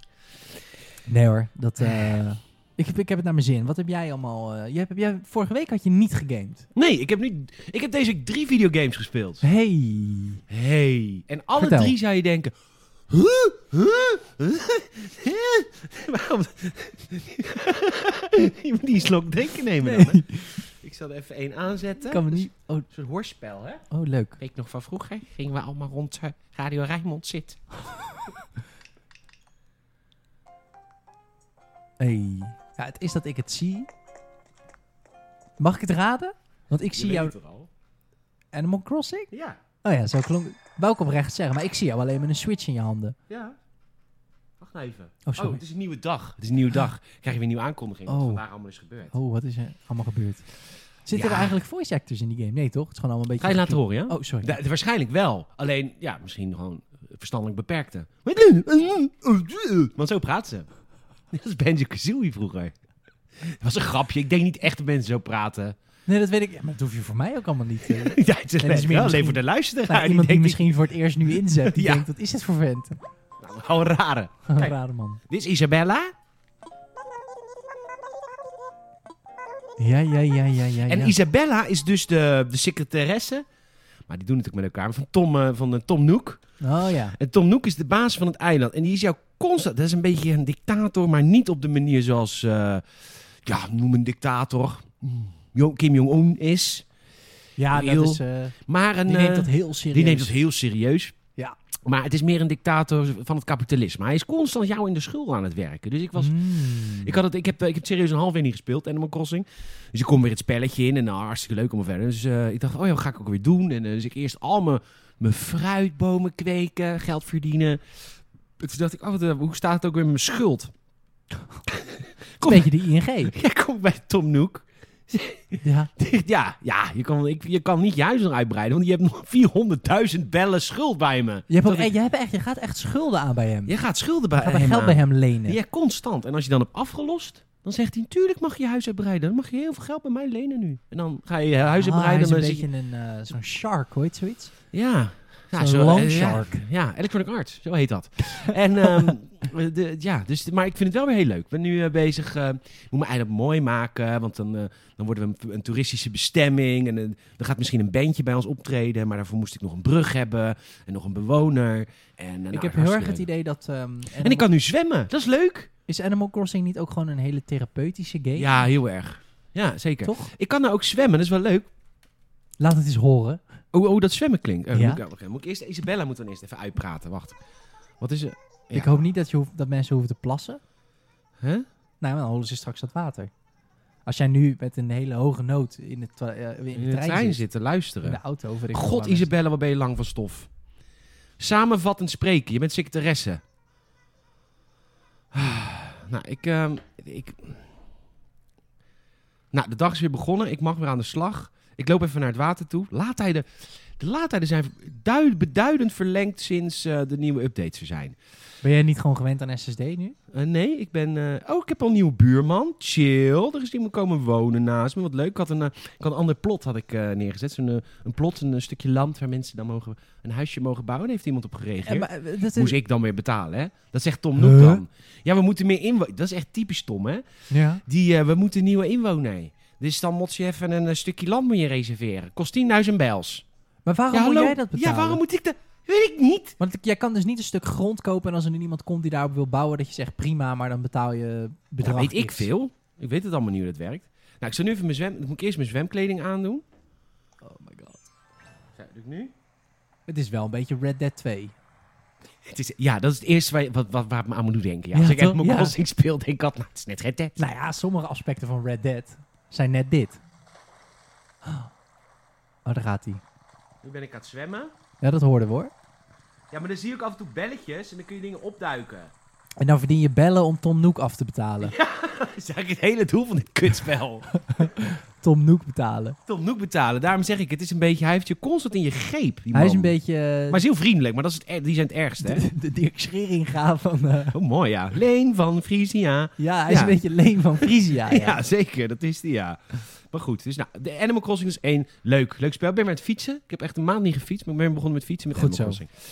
B: Nee hoor,
C: *laughs*
B: dat... eh, ik, heb, ik heb het naar mijn zin. Wat heb jij allemaal... eh, je hebt, jij, vorige week had je niet gegamed.
A: Nee, ik heb, nu, ik heb deze week drie videogames gespeeld.
B: Hey.
A: Hey. En alle
B: Vertel.
A: drie zou je denken... Huh? Huh? Huh? Huh? *laughs* Waarom? Je moet die slok drinken nemen dan, hè? Ik zal er even één aanzetten.
B: Kan me niet... Oh,
A: Een soort hoorspel, hè?
B: oh leuk.
A: Weet ik nog van vroeger, gingen we allemaal rond eh, Radio Rijnmond zitten.
B: Hey. Ja, het is dat ik het zie. Mag ik het raden? Want ik zie jou...
A: al?
B: Animal Crossing?
A: Ja,
B: Oh ja, zo klonk... Wou ik oprecht zeggen, maar ik zie jou alleen met een Switch in je handen.
A: ja. Wacht nou even.
B: Oh, sorry.
A: het is een nieuwe dag. Het is een nieuwe dag. Krijg je weer een nieuwe aankondiging. Wat
B: Oh.
A: vandaag allemaal is gebeurd.
B: Oh, wat is er allemaal gebeurd? Zitten
A: Ja.
B: er eigenlijk voice actors in die game? Nee, toch? Het is gewoon allemaal een
A: Ga je
B: beetje...
A: laten horen, ja?
B: Oh, sorry.
A: Da- waarschijnlijk wel. Alleen, ja, misschien gewoon verstandelijk beperkte. Want zo praat ze. *laughs* Dat is Benjo Kazooie vroeger. Dat was een grapje. Ik denk niet echt dat mensen zo praten.
B: *laughs* Nee, dat weet ik. Ja, maar dat hoef je voor mij ook allemaal
A: *laughs*
B: niet. eh.
A: Ja, het is
B: meer
A: wel alleen
B: misschien-
A: voor de luisteraar.
B: Nou,
A: die
B: iemand die
A: denkt,
B: misschien voor het eerst nu inzet, die
A: Ja.
B: denkt, wat is dit voor vent?
A: nou, Gewoon rare.
B: *laughs* Een
A: Kijk.
B: rare man.
A: Dit is Isabella.
B: Ja, ja, ja, ja, Ah, ja.
A: En
B: ja.
A: Isabella is dus de, de secretaresse. Maar die doen het ook met elkaar. Van Tom, eh, van, eh, Tom Nook.
B: Oh ja.
A: En Tom Nook is de baas van het eiland. En die is jou constant... Dat is een beetje een dictator, maar niet op de manier zoals... eh, ja, noem een dictator. Mm, Jo- Kim Jong-un is.
B: Ja,
A: Heel-
B: dat is, eh,
A: Maar een,
B: die neemt
A: eh,
B: dat heel serieus.
A: die neemt dat heel serieus.
B: Ja.
A: Maar het is meer een dictator van het kapitalisme. Hij is constant jou in de schuld aan het werken. Dus ik was...
B: Mm.
A: Ik, had het, ik, heb, eh, ik heb serieus een half uur niet gespeeld, Animal Crossing. Dus ik kom weer het spelletje in en nou, hartstikke leuk om verder. Dus eh, ik dacht, oh ja, wat ga ik ook weer doen? En eh, dus ik eerst al mijn, mijn fruitbomen kweken, geld verdienen. En Toen dacht ik, oh, wat, eh, hoe staat het ook weer met mijn *laughs* schuld?
B: Een beetje die ING.
A: *laughs* Ja, ik kom bij Tom Nook. *laughs*
B: Ja.
A: ja, ja je, kan, ik, je kan niet je huis nog *laughs* uitbreiden, want je hebt nog 400.000 bellen schuld bij me.
B: Je, hebt ook,
A: Dat ik-
B: eh, je, hebt echt, je gaat echt schulden aan bij hem.
A: Je gaat schulden
B: je
A: bij
B: gaat er
A: hem
B: geld
A: aan.
B: bij hem lenen.
A: Ja, constant. En als je dan hebt afgelost, dan zegt hij: Tuurlijk mag je je huis uitbreiden. Dan mag je heel veel geld bij mij lenen nu. En dan ga je je huis
B: Ah, hij
A: uitbreiden.
B: is
A: en
B: een
A: dan zit
B: beetje een, eh, zo'n shark, hoor je het zoiets?
A: je- Ja. Ja,
B: Zo'n loan
A: eh, ja.
B: shark.
A: Ja, Electronic Arts, zo heet dat. *laughs* en ehm, de, ja, dus, maar ik vind het wel weer heel leuk. Ik ben nu eh, bezig, eh, ik moet mijn eiland mooi maken, want dan, eh, dan worden we een, een toeristische bestemming. En eh, er gaat misschien een bandje bij ons optreden, maar daarvoor moest ik nog een brug hebben en nog een bewoner. En, eh, nou,
B: ik heb heel
A: hartstikke
B: erg het
A: leuk.
B: idee dat... ehm,
A: En
B: Animal-
A: ik kan nu zwemmen, dat is leuk.
B: Is Animal Crossing niet ook gewoon een hele therapeutische game?
A: Ja, heel erg. Ja, zeker.
B: Toch?
A: Ik kan nou ook zwemmen, dat is wel leuk.
B: Laat het eens horen.
A: Oh, oh dat zwemmen klinkt. Eh,
B: Ja.
A: moet, ik, wacht, moet ik eerst Isabella moeten we eerst even uitpraten. Wacht. Wat is er? Ja.
B: Ik hoop niet dat, je hoeft, dat mensen hoeven te plassen.
A: Huh?
B: Nou, dan holen ze straks dat water. Als jij nu met een hele hoge noot in de, twa- eh, in de
A: In de trein,
B: trein zit,
A: zitten,
B: in
A: luisteren.
B: de auto... weet ik veel
A: God,
B: waar mensen-
A: Isabella, wat ben je lang van stof. Samenvattend spreken. Je bent secretaresse. Ah, Nou, ik, ehm, ik... Nou, de dag is weer begonnen. Ik mag weer aan de slag. Ik loop even naar het water toe. Laadtijden, de laadtijden zijn duid- beduidend verlengd sinds eh, de nieuwe updates er zijn.
B: Ben jij niet gewoon gewend aan SSD nu?
A: Eh, nee, ik ben... eh, Oh, ik heb al een nieuwe buurman. Chill. Er is iemand komen wonen naast me. Wat leuk. Ik had een, eh, ik had een ander plot had ik, eh, neergezet. Zo'n, eh, een plot, een, eh, stukje land waar mensen dan mogen, een huisje mogen bouwen. Daar heeft iemand op gereageerd.
B: Eh, maar, eh, dat
A: Moest
B: is...
A: ik dan weer betalen, hè? Dat zegt Tom Noek
B: Huh?
A: dan. Ja, we moeten meer inwoners... Dat is echt typisch Tom, hè?
B: Ja.
A: Die, eh, we moeten nieuwe inwoner. Dus dan moet je even een eh, stukje land moet je reserveren. Kost 10.000 bels.
B: Maar waarom
A: ja,
B: moet
A: hallo?
B: jij dat betalen?
A: Ja, waarom moet ik dat... Weet ik niet.
B: Want ik- jij kan dus niet een stuk grond kopen en als er nu iemand komt die daarop wil bouwen, dat je zegt prima, maar dan betaal je bedrag.
A: Dat weet ik
B: X.
A: veel. Ik weet het allemaal niet hoe dat werkt. Nou, ik zal nu even mijn zwem... Moet ik eerst mijn zwemkleding aandoen?
B: Oh my god.
A: Ja, doe ik nu?
B: Het is wel een beetje Red Dead 2.
A: Het is, ja, dat is het eerste waar, je- wat, wat, waar het me aan moet doen denken. Ja.
B: Ja,
A: Als ik echt
B: toch?
A: mijn
B: Ja.
A: crossing speel, denk ik altijd, nou, het is net geen tijd.
B: Nou ja, sommige aspecten van Red Dead zijn net dit. Oh, daar gaat hij.
A: Nu ben ik aan het zwemmen.
B: Ja, dat hoorden we hoor.
A: Ja, maar dan zie ik af en toe belletjes en dan kun je dingen *laughs* opduiken.
B: En dan verdien je bellen om Tom Nook af te betalen.
A: Dat is eigenlijk het hele doel van dit kutspel. *laughs*
B: Tom Nook betalen.
A: Tom Noek betalen. Daarom zeg ik, het is een beetje, hij heeft je constant in je greep. die
B: Hij is
A: man.
B: een beetje eh,
A: Maar is heel vriendelijk, maar dat is het, er- die zijn het ergste.
B: *laughs*
A: Hè?
B: de, de Dirk Scheringa van... eh,
A: Oh, mooi ja. Leen van Frisia.
B: ja, hij is
A: Ja.
B: een beetje Leen van Frisia.
A: Ja, *laughs*
B: Ja.
A: zeker. Dat is die, ja. Maar goed, dus nou, de Animal Crossing is één leuk, leuk spel. Ik ben weer aan het fietsen. Ik heb echt een maand niet gefietst, maar ik ben begonnen met fietsen met
B: Goed
A: Animal
B: zo.
A: Crossing.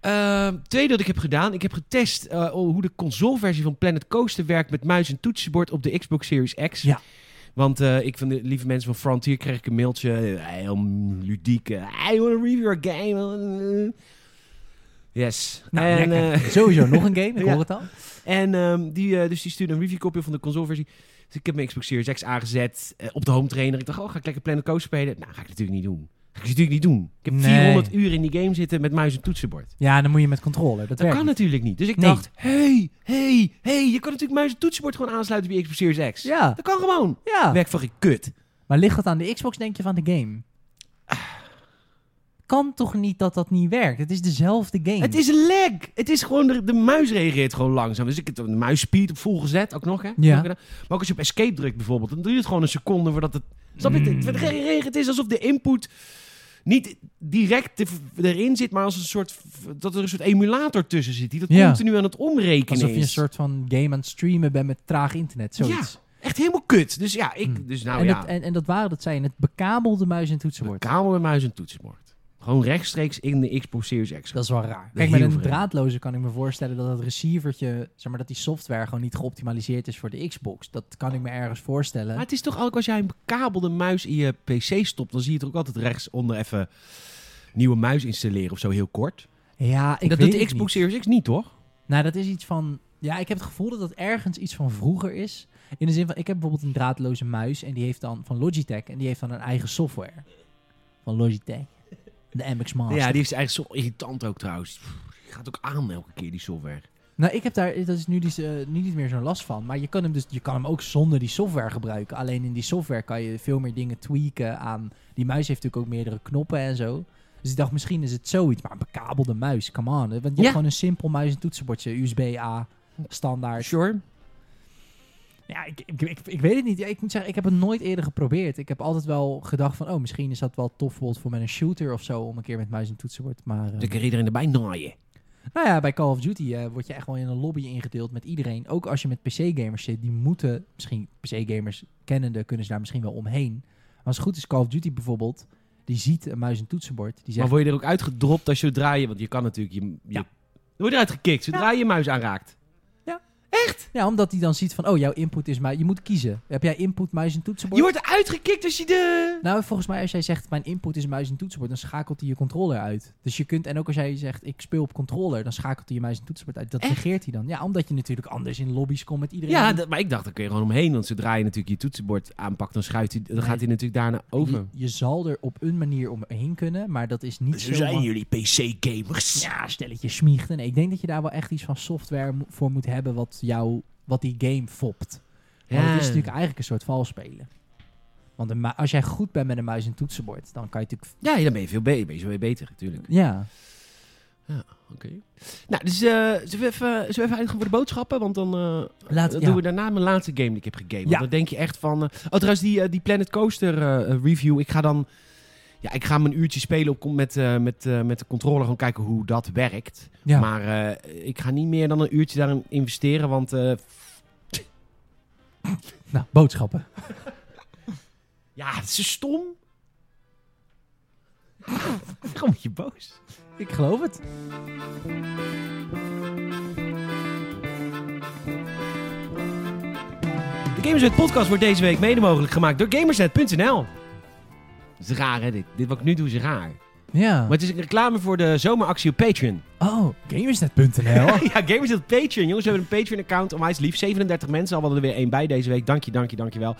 A: Ehm, tweede dat ik heb gedaan, ik heb getest eh, hoe de consoleversie van Planet Coaster werkt met muis en toetsenbord op de Xbox Series X.
B: Ja.
A: Want eh, ik van de lieve mensen van Frontier kreeg ik een mailtje, eh, heel ludiek. eh, I want to review your game. Eh. Yes.
B: Nou,
A: en,
B: lekker.
A: eh,
B: Sowieso nog een game, ik
A: Ja.
B: hoor het al.
A: en ehm, die, eh, dus die stuurde een reviewkopje van de consoleversie. Dus ik heb mijn Xbox Series X aangezet eh, op de home trainer. Ik dacht, oh, ga ik lekker Planet Coaster spelen? Nou, ga ik natuurlijk niet doen. Ga ik natuurlijk niet doen. Ik heb
B: Nee.
A: 400 uur in die game zitten met muis en toetsenbord.
B: Ja, dan moet je met controller. Dat,
A: Dat
B: werkt
A: kan
B: niet.
A: natuurlijk niet. Dus ik
B: Nee.
A: dacht, hey, hey, hey, je kan natuurlijk muis en toetsenbord gewoon aansluiten bij je Xbox Series X.
B: Ja,
A: Dat kan gewoon.
B: ja.
A: Werk van geen kut.
B: Maar ligt dat aan de Xbox, denk je, van de game? Ah. Kan toch niet dat dat niet werkt? Het is dezelfde game.
A: Het is een lag. Het is gewoon, de, de muis reageert gewoon langzaam. Dus ik heb de muis speed op full gezet, ook nog hè.
B: Ja.
A: Maar ook als je op escape drukt bijvoorbeeld, dan duurt het gewoon een seconde voordat het... Snap je? Het,
B: Mm.
A: het reageert, het is alsof de input niet direct er- erin zit, maar als een soort, dat er een soort emulator tussen zit. Die dat
B: Ja.
A: continu aan het omrekenen
B: Alsof je een
A: is.
B: soort van game aan het streamen bent met traag internet, zoiets.
A: Echt helemaal kut. Dus ja, ik...
B: Mm.
A: Dus nou
B: en,
A: ja,
B: dat, en, en dat waren, dat zijn het bekabelde muis en toetsenbord.
A: kabel met muis en toetsenbord. Gewoon rechtstreeks in de Xbox Series X.
B: Dat is wel raar.
A: is
B: Kijk, met
A: heel
B: een
A: vreemd.
B: draadloze kan ik me voorstellen dat dat receivertje, zeg maar, dat die software gewoon niet geoptimaliseerd is voor de Xbox. Dat kan ik me ergens voorstellen.
A: Maar het is toch ook als jij een bekabelde muis in je PC stopt, dan zie je er ook altijd rechtsonder even nieuwe muis installeren of zo heel kort.
B: ja,
A: dat
B: ik weet
A: doet de
B: het
A: Xbox
B: niet.
A: Series X niet, toch?
B: Nou, dat is iets van. Ja, ik heb het gevoel dat dat ergens iets van vroeger is. In de zin van, ik heb bijvoorbeeld een draadloze muis en die heeft dan van Logitech en die heeft dan een eigen software van Logitech, de MX Master.
A: Ja, die is eigenlijk zo irritant ook trouwens. Pff, Die gaat ook aan elke keer die software.
B: Nou, ik heb daar, dat is nu, die, eh, nu niet meer zo'n last van. Maar je kan hem dus, je kan hem ook zonder die software gebruiken. Alleen in die software kan je veel meer dingen tweaken aan. Die muis heeft natuurlijk ook meerdere knoppen en zo. Dus ik dacht, misschien is het zoiets. Maar een bekabelde muis, come on. hè. Want je hebt
A: Ja.
B: gewoon een simpel muis en toetsenbordje, USB-A, standaard.
A: Sure.
B: Ja, ik, ik, ik, ik weet het niet. Ja, ik moet zeggen, ik heb het nooit eerder geprobeerd. Ik heb altijd wel gedacht van, oh, misschien is dat wel tof bijvoorbeeld voor met een shooter of zo. Om een keer met muis en toetsenbord. Maar, eh,
A: Dan kan iedereen erbij naaien.
B: nou ja, bij Call of Duty eh, word je echt wel in een lobby ingedeeld met iedereen. Ook als je met PC-gamers zit, die moeten, misschien PC-gamers kennende, kunnen ze daar misschien wel omheen. Maar als het goed is, Call of Duty bijvoorbeeld, die ziet een muis en toetsenbord. Die
A: Maar
B: zegt,
A: word je er ook uitgedropt als je draaien, want je kan natuurlijk je... je
B: Ja.
A: Dan word je eruit gekikt zodra je je muis aanraakt.
B: ja, omdat die dan ziet van, oh, jouw input is muis. Je moet kiezen. Heb jij input, muis en toetsenbord?
A: Je wordt eruit gekikt als je de...
B: Nou, volgens mij als jij zegt, mijn input is muis en toetsenbord, dan schakelt hij je controller uit. Dus je kunt, en ook als jij zegt, ik speel op controller, dan schakelt hij je muis en toetsenbord uit. Dat
A: Echt?
B: negeert hij dan. Ja, omdat je natuurlijk anders in lobby's komt met iedereen.
A: Ja, dat- maar ik dacht, daar kun je gewoon omheen. Want zodra je natuurlijk je toetsenbord aanpakt, dan, schuift hij, dan
B: Nee.
A: gaat hij natuurlijk daarna over.
B: Je, je zal er op een manier omheen kunnen, maar dat is niet zo... ma-
A: jullie PC-gamers.
B: Ja, stelletje smiechten. Nee, ik denk dat je daar wel echt iets van software mo- voor moet hebben wat, jou, wat die game fopt. Want het is natuurlijk eigenlijk een soort valspelen. Want een mu- als jij goed bent met een muis en toetsenbord, dan kan je natuurlijk...
A: Ja, ja, dan ben je veel be- ben je zo weer beter, natuurlijk.
B: Ja.
A: Oké. Nou, dus eh zullen, we even, zullen we even uitgaan voor de boodschappen? Want dan, eh,
B: Laat-
A: dan
B: ja.
A: doen we daarna mijn laatste game die ik heb gegamed.
B: Ja.
A: Dan denk je echt van... eh, oh, trouwens, die, eh, die Planet Coaster eh, review. Ik ga dan... Ja, ik ga mijn uurtje spelen op, com- met, eh, met, eh, met de controller. Gewoon kijken hoe dat werkt.
B: ja.
A: Maar eh, ik ga niet meer dan een uurtje daarin investeren. Want eh,
B: Nou, boodschappen.
A: ja, het is zo stom. *laughs* Waarom word je boos?
B: Ik geloof het.
A: De Gamersnet podcast wordt deze week mede mogelijk gemaakt door Gamersnet.nl. Dat is raar, hè? Dit, dit wat ik nu doe is raar.
B: Ja.
A: Maar het is een reclame voor de zomeractie op Patreon. *laughs*
B: Oh, gamersnet.nl.
A: ja, Gamersnet Patreon. Jongens, we hebben een Patreon-account. Onwijs lief. 37 mensen. Al hadden er weer één bij deze week. Dank je, dank je, dank je wel. Eh,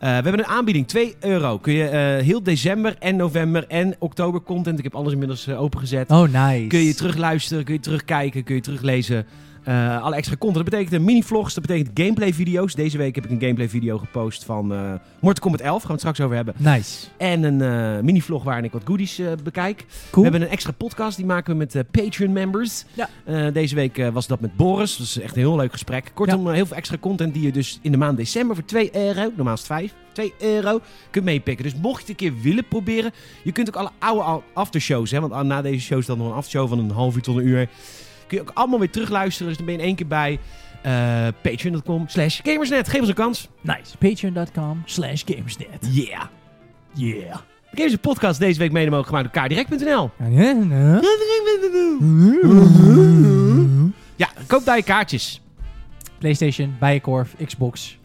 A: we hebben een aanbieding. 2 euro. Kun je eh, heel december en november en oktober content. Ik heb alles inmiddels eh, opengezet.
B: Oh, nice.
A: Kun je terugluisteren, kun je terugkijken, kun je teruglezen. eh, alle extra content. Dat betekent eh, mini-vlogs, dat betekent gameplay-video's. Deze week heb ik een gameplay-video gepost van eh Mortal Kombat 11. Gaan we het straks over hebben.
B: Nice.
A: En een eh mini-vlog waarin ik wat goodies eh, bekijk.
B: Cool.
A: We hebben een extra podcast, die maken we met eh, Patreon-members.
B: Ja.
A: Eh, deze week eh, was dat met Boris. Dat is echt een heel leuk gesprek. Kortom, eh, heel veel extra content die je dus in de maand december voor 2 euro, normaal is het 5, 2 euro, kunt meepikken. Dus mocht je het een keer willen proberen, je kunt ook alle oude al- aftershows, hè, want ah, na deze show is dan nog een aftershow van een half uur tot een uur. Kun je ook allemaal weer terugluisteren, dus dan ben je in één keer bij eh, patreon.com slash gamersnet. Geef ons een kans.
B: Nice. Patreon.com slash Gamersnet.
A: Yeah.
B: Yeah.
A: De Gamers podcast deze week mede mogelijk gemaakt door kaardirect.nl. Ja, koop daar je kaartjes.
B: PlayStation, Bijenkorf,
A: *laughs*
B: Xbox,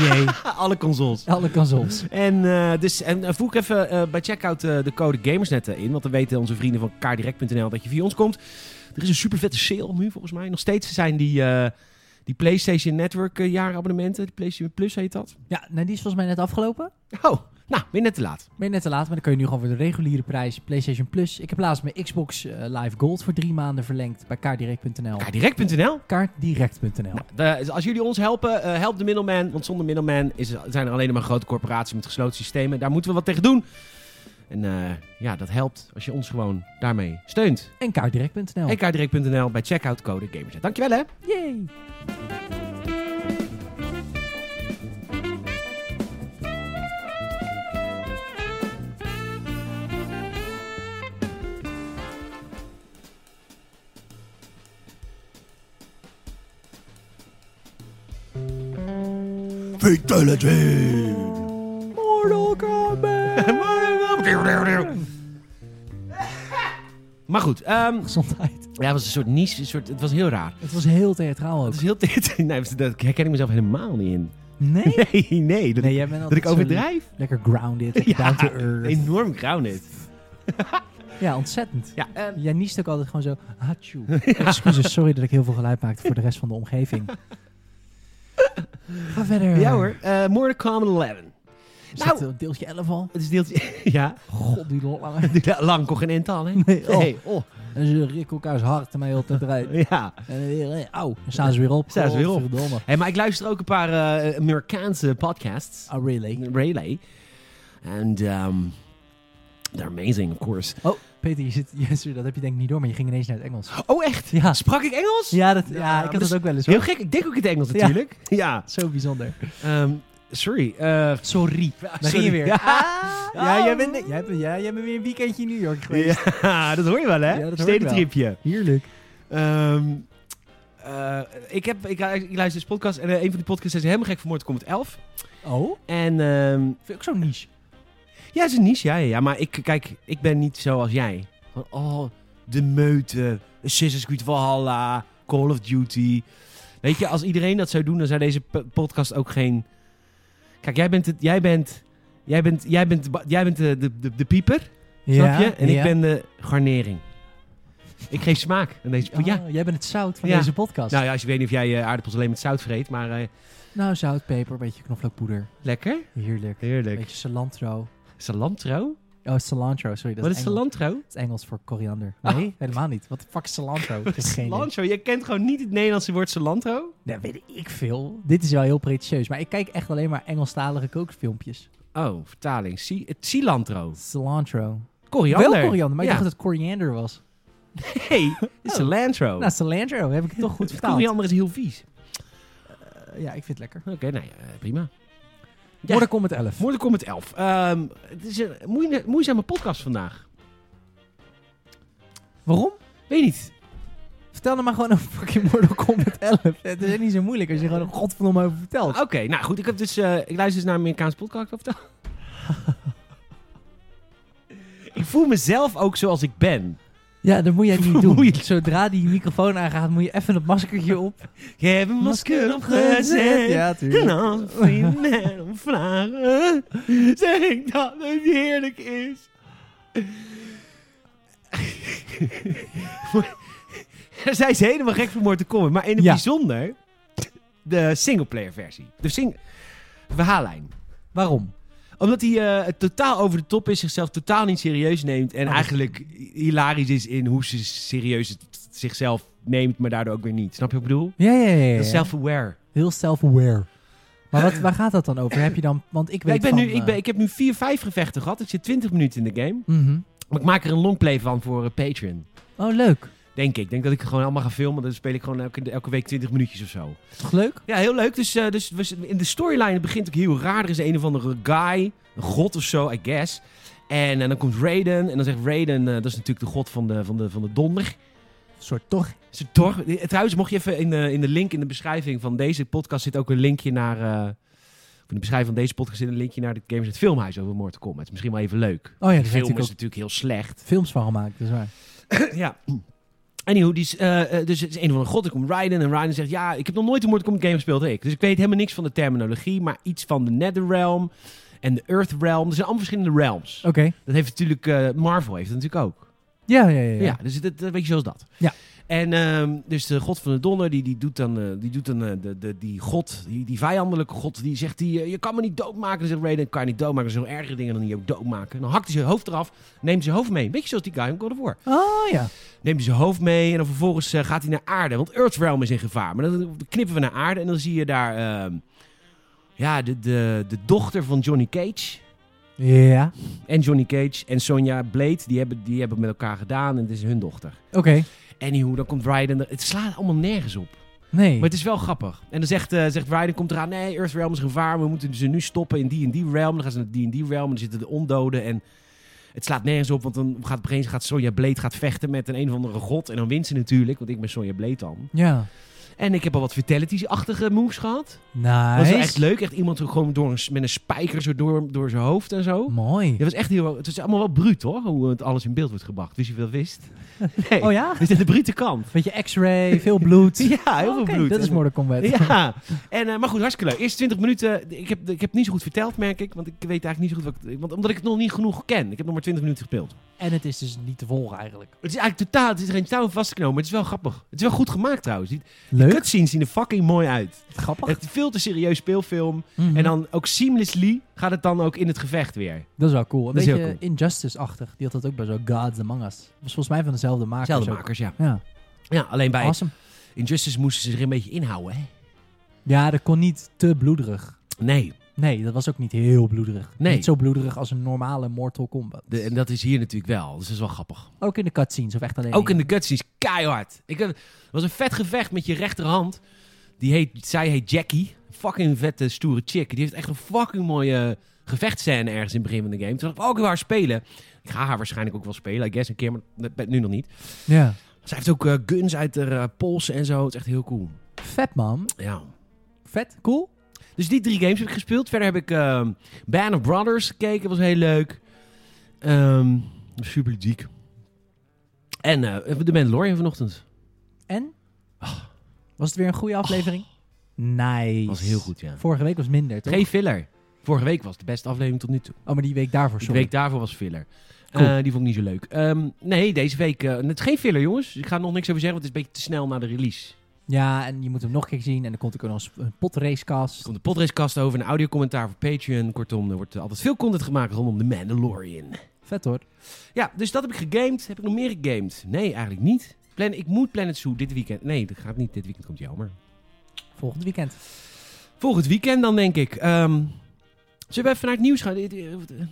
B: EA,
A: Alle consoles.
B: alle consoles.
A: En, eh, dus, en eh, voeg even eh, bij checkout eh, de code Gamersnet eh, in. Want dan weten onze vrienden van kaardirect.nl dat je via ons komt. Er is een super vette sale nu volgens mij. Nog steeds zijn die, eh, die PlayStation Network eh, jaarabonnementen. Die PlayStation Plus heet dat.
B: Ja, nou, die is volgens mij net afgelopen.
A: Oh, nou, weer net te laat.
B: Ben je net te laat, maar dan kun je nu gewoon voor de reguliere prijs PlayStation Plus. Ik heb laatst mijn Xbox eh, Live Gold voor drie maanden verlengd bij kaardirect.nl.
A: Kaardirect.nl.
B: Kaartdirect.nl.
A: Nou, De- dus als jullie ons helpen, eh, help de middleman. Want zonder middleman is, zijn er alleen maar grote corporaties met gesloten systemen. Daar moeten we wat tegen doen. En eh, ja, dat helpt als je ons gewoon daarmee steunt.
B: En kaartdirect.nl.
A: En kaardirect.nl bij checkout code Gamersnet. Dankjewel hè.
B: Yay!
D: Fatality!
B: Mortal Kombat!
A: *laughs* Maar goed, ehm,
B: Gezondheid.
A: ja, het was een soort niche, een soort, het was heel raar.
B: Het was heel theatraal ook.
A: Het is heel *laughs* dit. Nee, daar herken ik mezelf helemaal niet in. *laughs*
B: Nee?
A: Nee, nee, dat,
B: Nee,
A: ik-
B: jij bent
A: dat ik
B: altijd zo
A: overdrijf.
B: Lekker grounded, lekker
A: *laughs* Ja,
B: down to earth.
A: Enorm grounded.
B: Ja, ontzettend.
A: Ja, ehm,
B: Jij niest ook altijd gewoon zo, hatsjoe. Excuses, sorry dat ik heel veel geluid maakte voor de rest van de omgeving. Ga verder.
A: ja hoor, eh Mortal Kombat 11.
B: Is
A: Nou.
B: dat deeltje 11 al?
A: Het is deeltje... *laughs* Ja,
B: God, die lange.
A: Ja, lang kon geen end aan, hè?
B: Nee, oh.
A: Nee, oh.
B: *laughs* En ze rikken elkaars hart ermee op de brein.
A: Ja.
B: En weer, eh, auw. Dan staan ze weer op.
A: Staan ze weer op.
B: Godverdomme.
A: Hey, maar ik luister ook een paar eh, Amerikaanse podcasts.
B: Oh, really?
A: Relay. And um, they're amazing, of course.
B: Oh, Peter, je zit, *laughs* ja, sorry, dat heb je denk ik niet door, maar je ging ineens naar het Engels.
A: Oh, echt?
B: Ja,
A: Sprak ik Engels?
B: ja, dat,
A: Ja,
B: ja ik
A: maar
B: had
A: dat
B: dat
A: is
B: ook wel eens.
A: Heel
B: hoor.
A: gek, ik denk ook in het Engels
B: Ja.
A: natuurlijk. *laughs* Ja.
B: Zo bijzonder.
A: Ehm, sorry. eh,
B: Sorry. Daar
A: sorry.
B: ging je weer.
A: *laughs* Ja. Ah.
B: Ja, jij bent, jij, bent, ja, jij bent weer een weekendje in New York geweest.
A: Ja, *laughs* dat hoor je wel, hè?
B: Ja, dat hoor ik wel.
A: Stedentripje.
B: Heerlijk.
A: Ehm, eh, ik, heb, ik, ik luister deze podcast en eh, een van die podcasts is helemaal gek vermoord. Komt 11.
B: Oh,
A: En ehm,
B: vind ik ook zo'n niche.
A: Ja, het is een niche, ja, ja, ja. Maar ik, kijk, ik ben niet zoals jij. Van, oh, de meute, Assassin's Creed Valhalla, Call of Duty. Weet je, als iedereen dat zou doen, dan zou deze p- podcast ook geen... Kijk, jij bent, het, jij bent, jij bent, jij bent, de ba- jij bent de, de, de, de pieper, snap je? En ik ben de garnering. Ik geef smaak aan deze... Ja.
B: Oh, jij bent het zout van
A: Ja.
B: deze podcast.
A: Nou
B: Nou,
A: ja, als je weet niet of jij eh, aardappels alleen met zout vreet, maar eh,
B: zout, peper, beetje knoflookpoeder.
A: lekker.
B: Heerlijk.
A: Heerlijk.
B: Beetje cilantro.
A: Cilantro?
B: Oh, cilantro, sorry. Dat
A: Wat is
B: Engels.
A: cilantro?
B: Het is Engels voor koriander. Nee, helemaal niet. Wat de fuck is
A: *laughs*
B: cilantro? Ik heb geen idee.
A: Cilantro? Je kent gewoon niet het Nederlandse woord cilantro?
B: Nou, weet ik veel. Dit is wel heel pretentieus. Maar ik kijk echt alleen maar Engelstalige kookfilmpjes.
A: Oh, vertaling. Si het cilantro.
B: Cilantro.
A: Koriander.
B: Wel koriander, maar
A: ja.
B: ik dacht dat het koriander was.
A: *laughs* Nee, het is cilantro.
B: Nou, cilantro heb ik het toch
A: *laughs*
B: goed vertaald.
A: Oh. koriander is heel vies.
B: Eh, ja, ik vind het lekker.
A: Oké, nou ja, eh, prima. Ja.
B: Mortal Kombat 11.
A: Mortal Kombat 11. Ehm, het is een moeie- moeizame podcast vandaag.
B: Waarom?
A: Weet niet.
B: Vertel nou maar gewoon over fucking Mortal Kombat 11.
A: *laughs*
B: Het is echt niet zo moeilijk als je er gewoon een godverdomme over vertelt.
A: Oké, nou goed. Ik, heb dus, eh, ik luister dus naar een Amerikaanse podcast. Of
B: *laughs*
A: dat? ik voel mezelf ook zoals ik ben.
B: Ja, dat moet jij
A: *laughs*
B: niet doen.
A: Vermoeiend.
B: Zodra die microfoon aangaat, moet je even dat maskertje op.
A: Je hebt een masker opgezet.
B: Ja,
A: En
B: tuurlijk.
A: als vrienden om vragen, zeg ik dat het heerlijk is. Zij is helemaal gek voor Mortal Kombat, maar in het
B: Ja.
A: bijzonder de singleplayer versie. De sing verhaallijn.
B: Waarom?
A: Omdat hij eh, totaal over de top is, zichzelf totaal niet serieus neemt en
B: Oh.
A: eigenlijk hilarisch is in hoe ze serieus het zichzelf neemt, maar daardoor ook weer niet. Snap je wat ik bedoel?
B: Ja, ja, ja. ja,
A: Dat is
B: ja.
A: Self-aware.
B: Heel self-aware. Maar wat, waar gaat dat dan over? Heb je dan... Want ik
A: Ja,
B: weet
A: ik, ben
B: van,
A: nu, ik, ben, ik heb nu vier, vijf gevechten gehad. Ik zit 20 minuten in de game.
B: eh, mhm.
A: Maar ik maak er een longplay van voor eh, Patreon.
B: Oh, leuk.
A: Denk ik. Ik Denk dat ik gewoon allemaal ga filmen. Dan speel ik gewoon elke, elke week 20 minuutjes of zo.
B: Toch leuk?
A: Ja, heel leuk. Dus, eh, dus we z- in de storyline het begint ook heel raar. Er is een of andere guy, een god of zo, I guess. En, eh, dan komt Raiden. En dan zegt Raiden, eh, dat is natuurlijk de god van de, van de, van de donder.
B: Een soort toch...
A: Is het toch? Eh, Trouwens, mocht je even in de, in de link in de beschrijving van deze podcast zit ook een linkje naar. eh, in de beschrijving van deze podcast zit een linkje naar de Games in het Filmhuis over Mortal Kombat. Het is misschien wel even leuk.
B: Oh ja, daar
A: De
B: is
A: film is
B: natuurlijk ook
A: natuurlijk heel
B: *clears throat*
A: slecht.
B: films van gemaakt, dat is waar.
A: ja. Anyhow, die is, eh, eh, dus het is een van de god. Ik kom Raiden en Raiden zegt: Ja, ik heb nog nooit een Mortal Kombat game gespeeld. Ik. Dus ik weet helemaal niks van de terminologie, maar iets van de Netherrealm en de Earthrealm. Er zijn allemaal verschillende realms.
B: Oké.
A: Dat heeft natuurlijk eh, Marvel heeft dat natuurlijk ook.
B: Ja, ja, ja.
A: Ja, dus het, het- een beetje zoals dat.
B: Ja.
A: En ehm, dus de god van de donder, die, die doet dan, eh, die, doet dan eh, de, de, die god, die, die vijandelijke god, die zegt, die, eh, je kan me niet doodmaken. Dan zegt Raiden, ik kan je niet doodmaken. Dan ergere dingen dan je ook doodmaken. Dan hakt hij zijn hoofd eraf, neemt zijn hoofd mee. Beetje zoals die guy in God of War.
B: Oh ja.
A: Neemt hij zijn hoofd mee en dan vervolgens eh, gaat hij naar aarde. Want Earthrealm is in gevaar. Maar dan knippen we naar aarde en dan zie je daar... ehm, ja, de, de, de dochter van Johnny Cage.
B: Ja.
A: En Johnny Cage en Sonja Blade, die hebben, die hebben het met elkaar gedaan. En het is hun dochter.
B: Oké.
A: Anywho, dan komt Raiden. er- Het slaat allemaal nergens op.
B: Nee.
A: Maar het is wel grappig. En dan zegt, eh zegt Raiden, komt eraan. Nee, Earth Realm is gevaar. We moeten ze nu stoppen in die en die realm. Dan gaan ze naar die en die realm. En dan zitten de ondoden. En het slaat nergens op. Want dan gaat opeens gaat Sonja Blade gaat vechten met een een of andere god. En dan wint ze natuurlijk. Want ik ben Sonja Blade dan.
B: Ja.
A: En ik heb al wat fatalities-achtige moves gehad.
B: Nice.
A: Dat was wel echt leuk. Echt iemand gewoon door een, s- met een spijker zo door, door zijn hoofd en zo.
B: Mooi.
A: Dat was echt heel... Het is allemaal wel bruut hoor. Hoe het alles in beeld wordt gebracht. Wist je dat
B: *laughs*
A: wist? Nee.
B: Oh ja?
A: Dit is de brute kant.
B: Beetje x-ray, veel
A: *laughs*
B: bloed.
A: Ja, heel
B: Oh,
A: veel
B: oké,
A: bloed.
B: Dat is
A: En-
B: Mortal *laughs* Kombat.
A: Ja, en, eh, maar goed, hartstikke leuk. Eerst 20 minuten. Ik heb, ik heb het niet zo goed verteld, merk ik. Want ik weet eigenlijk niet zo goed wat ik- want, Omdat ik het nog niet genoeg ken. Ik heb nog maar 20 minuten gespeeld.
B: En het is dus niet te volgen eigenlijk.
A: Het is eigenlijk totaal. Het is er geen touw aan vast te knopen, Maar het is wel grappig. Het is wel goed gemaakt trouwens. Die
B: Leuk.
A: cutscenes zien er fucking mooi uit.
B: Grappig.
A: Echt veel te serieus speelfilm.
B: Mhm.
A: En dan ook seamlessly gaat het dan ook in het gevecht weer.
B: Dat is wel cool. Een
A: Dat is heel
B: beetje Injustice-achtig. Die had dat ook bij zo Gods Among Us. Was volgens mij van dezelfde makers.
A: Zelfde
B: ook.
A: makers, ja.
B: Ja,
A: Ja, alleen bij
B: awesome.
A: Injustice moesten ze zich een beetje inhouden, hè?
B: Ja, dat kon niet te bloederig.
A: Nee.
B: Nee, dat was ook niet heel bloederig.
A: Nee.
B: Niet zo bloederig als een normale Mortal Kombat.
A: De- en dat is hier natuurlijk wel. Dus dat is wel grappig.
B: Ook in de cutscenes of echt alleen.
A: Ook in de cutscenes, keihard. Ik, had- het was een vet gevecht met je rechterhand. Die heet, zij heet Jackie. Fucking vette, stoere chick. Die heeft echt een fucking mooie gevechtsscène ergens in het begin van de game. Toen dacht ik, oh, ik wil haar spelen. Ik ga haar waarschijnlijk ook wel spelen, I guess, een keer, maar dat ben- nu nog niet.
B: Ja.
A: Zij heeft ook eh, guns uit haar eh, polsen en zo. Het is echt heel cool.
B: Vet man.
A: Ja.
B: Vet. Cool.
A: Dus die drie games heb ik gespeeld. Verder heb ik ehm, Band of Brothers gekeken. was heel leuk. Ehm, super ludiek. En eh The Mandalorian vanochtend.
B: En? Was het weer een goede aflevering? Nice.
A: Was heel goed, ja.
B: Vorige week was minder, toch?
A: Geen filler. Vorige week was de beste aflevering tot nu toe.
B: Oh, maar die week daarvoor,
A: De
B: sorry.
A: week daarvoor was filler.
B: Cool.
A: Eh, die vond ik niet zo leuk. Ehm, nee, deze week... eh, het is geen filler, jongens. Ik ga er nog niks over zeggen, want het is een beetje te snel na de release.
B: Ja, en je moet hem nog een keer zien. En dan komt ook nog een sp- een
A: Er
B: potracecast.
A: komt een podcastkast over, een audiocommentaar voor Patreon. Kortom, er wordt eh, altijd veel content gemaakt rondom The Mandalorian.
B: Vet hoor.
A: Ja, dus dat heb ik gegamed. Heb ik nog meer gegamed? Nee, eigenlijk niet. Plan, ik moet Planet Zoo dit weekend... Nee, dat gaat niet. Dit weekend komt jammer.
B: Volgend weekend.
A: Volgend weekend dan, denk ik. Ehm zullen we even naar het nieuws gaan?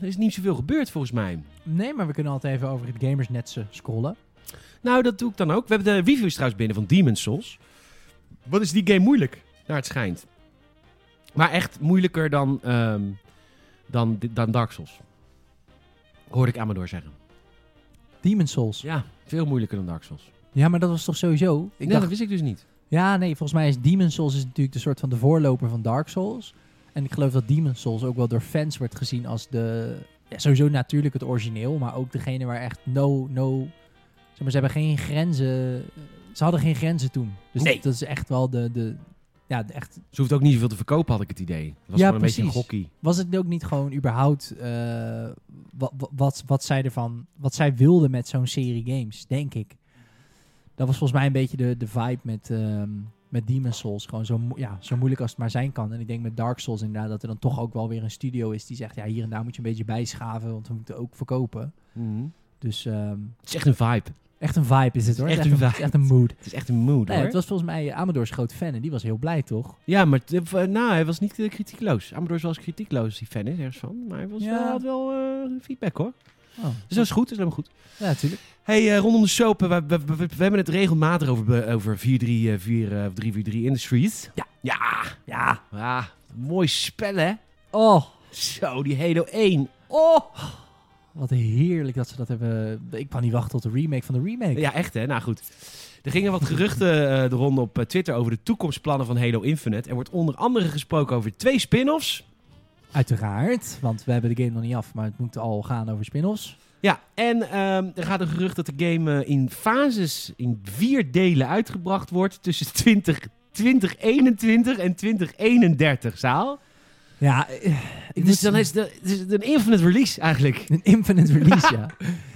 A: Er is niet zoveel gebeurd, volgens mij.
B: Nee, maar we kunnen altijd even over het gamersnetsen scrollen.
A: Nou, dat doe ik dan ook. We hebben de reviews trouwens binnen van Demon's Souls. Wat is die game moeilijk? Naar het schijnt. Maar echt moeilijker dan, ehm, dan, dan Dark Souls. Hoorde ik Amador zeggen.
B: Demon Souls. Ja,
A: Ja, veel moeilijker dan Dark Souls.
B: maar dat was toch sowieso...
A: Ik
B: Ik
A: dat
B: dacht,
A: wist ik dus niet.
B: ja, nee, volgens mij is Demon Souls is natuurlijk de soort van de voorloper van Dark Souls. En ik geloof dat Demon Souls ook wel door fans wordt gezien als de... Ja, sowieso natuurlijk het origineel, maar ook degene waar echt no, no... Zeg maar, ze hebben geen grenzen... Ze hadden geen grenzen toen. Dus
A: Nee.
B: dat, dat is echt wel de... de ja, de echt
A: Ze hoeft ook niet zoveel te verkopen, had ik het idee. Het was
B: Ja,
A: gewoon een beetje een
B: precies.
A: gokkie.
B: was het ook niet gewoon überhaupt eh, wat, wat, wat zij ervan, wat zij wilden met zo'n serie games, denk ik. Dat was volgens mij een beetje de, de vibe met, ehm met Demon Souls. Gewoon zo, mo- ja, zo moeilijk als het maar zijn kan. En ik denk met Dark Souls inderdaad dat er dan toch ook wel weer een studio is die zegt, ja hier en daar moet je een beetje bijschaven, want we moeten ook verkopen. Dus ehm,
A: Het is echt een vibe.
B: het Echt een vibe is het hoor.
A: Echt
B: Het
A: een
B: is
A: vibe.
B: het is echt een mood.
A: Het is echt een mood,
B: Nee,
A: hoor.
B: het was volgens mij eh, Amador's groot fan en die was heel blij, toch?
A: Ja, maar t- eh, nou, hij was niet eh, kritiekloos. Amador is wel eens kritiekloos, die fan is ergens van. Maar hij was,
B: Ja.
A: wel- had wel eh, feedback, hoor.
B: Oh.
A: Dus dat is goed, dat is helemaal goed.
B: Ja, natuurlijk.
A: Hey, eh, rondom de soap, eh, we, we- we- we hebben het regelmatig over, be- over 4-3-4, eh, 3-4-3 Industries.
B: Ja.
A: Ja.
B: Ja.
A: Ah, mooi spel, hè?
B: Oh,
A: Zo, die Halo 1.
B: oh. Wat heerlijk dat ze dat hebben. Ik kan niet wachten tot de remake van de remake.
A: Ja, echt, hè? Nou, goed. Er gingen wat geruchten eh, de ronde op eh, Twitter over de toekomstplannen van Halo Infinite. Er wordt onder andere gesproken over twee spin-offs.
B: Uiteraard, want we hebben de game nog niet af, maar het moet al gaan over spin-offs.
A: Ja, en ehm, er gaat een gerucht dat de game eh, in fases in vier delen uitgebracht wordt tussen *laughs* 20, 2021 en 2031, zaal.
B: Ja, eh,
A: Dus
B: ik moet-
A: dan is de- het is een infinite release eigenlijk.
B: *laughs* Een infinite release,
A: *laughs*
B: ja.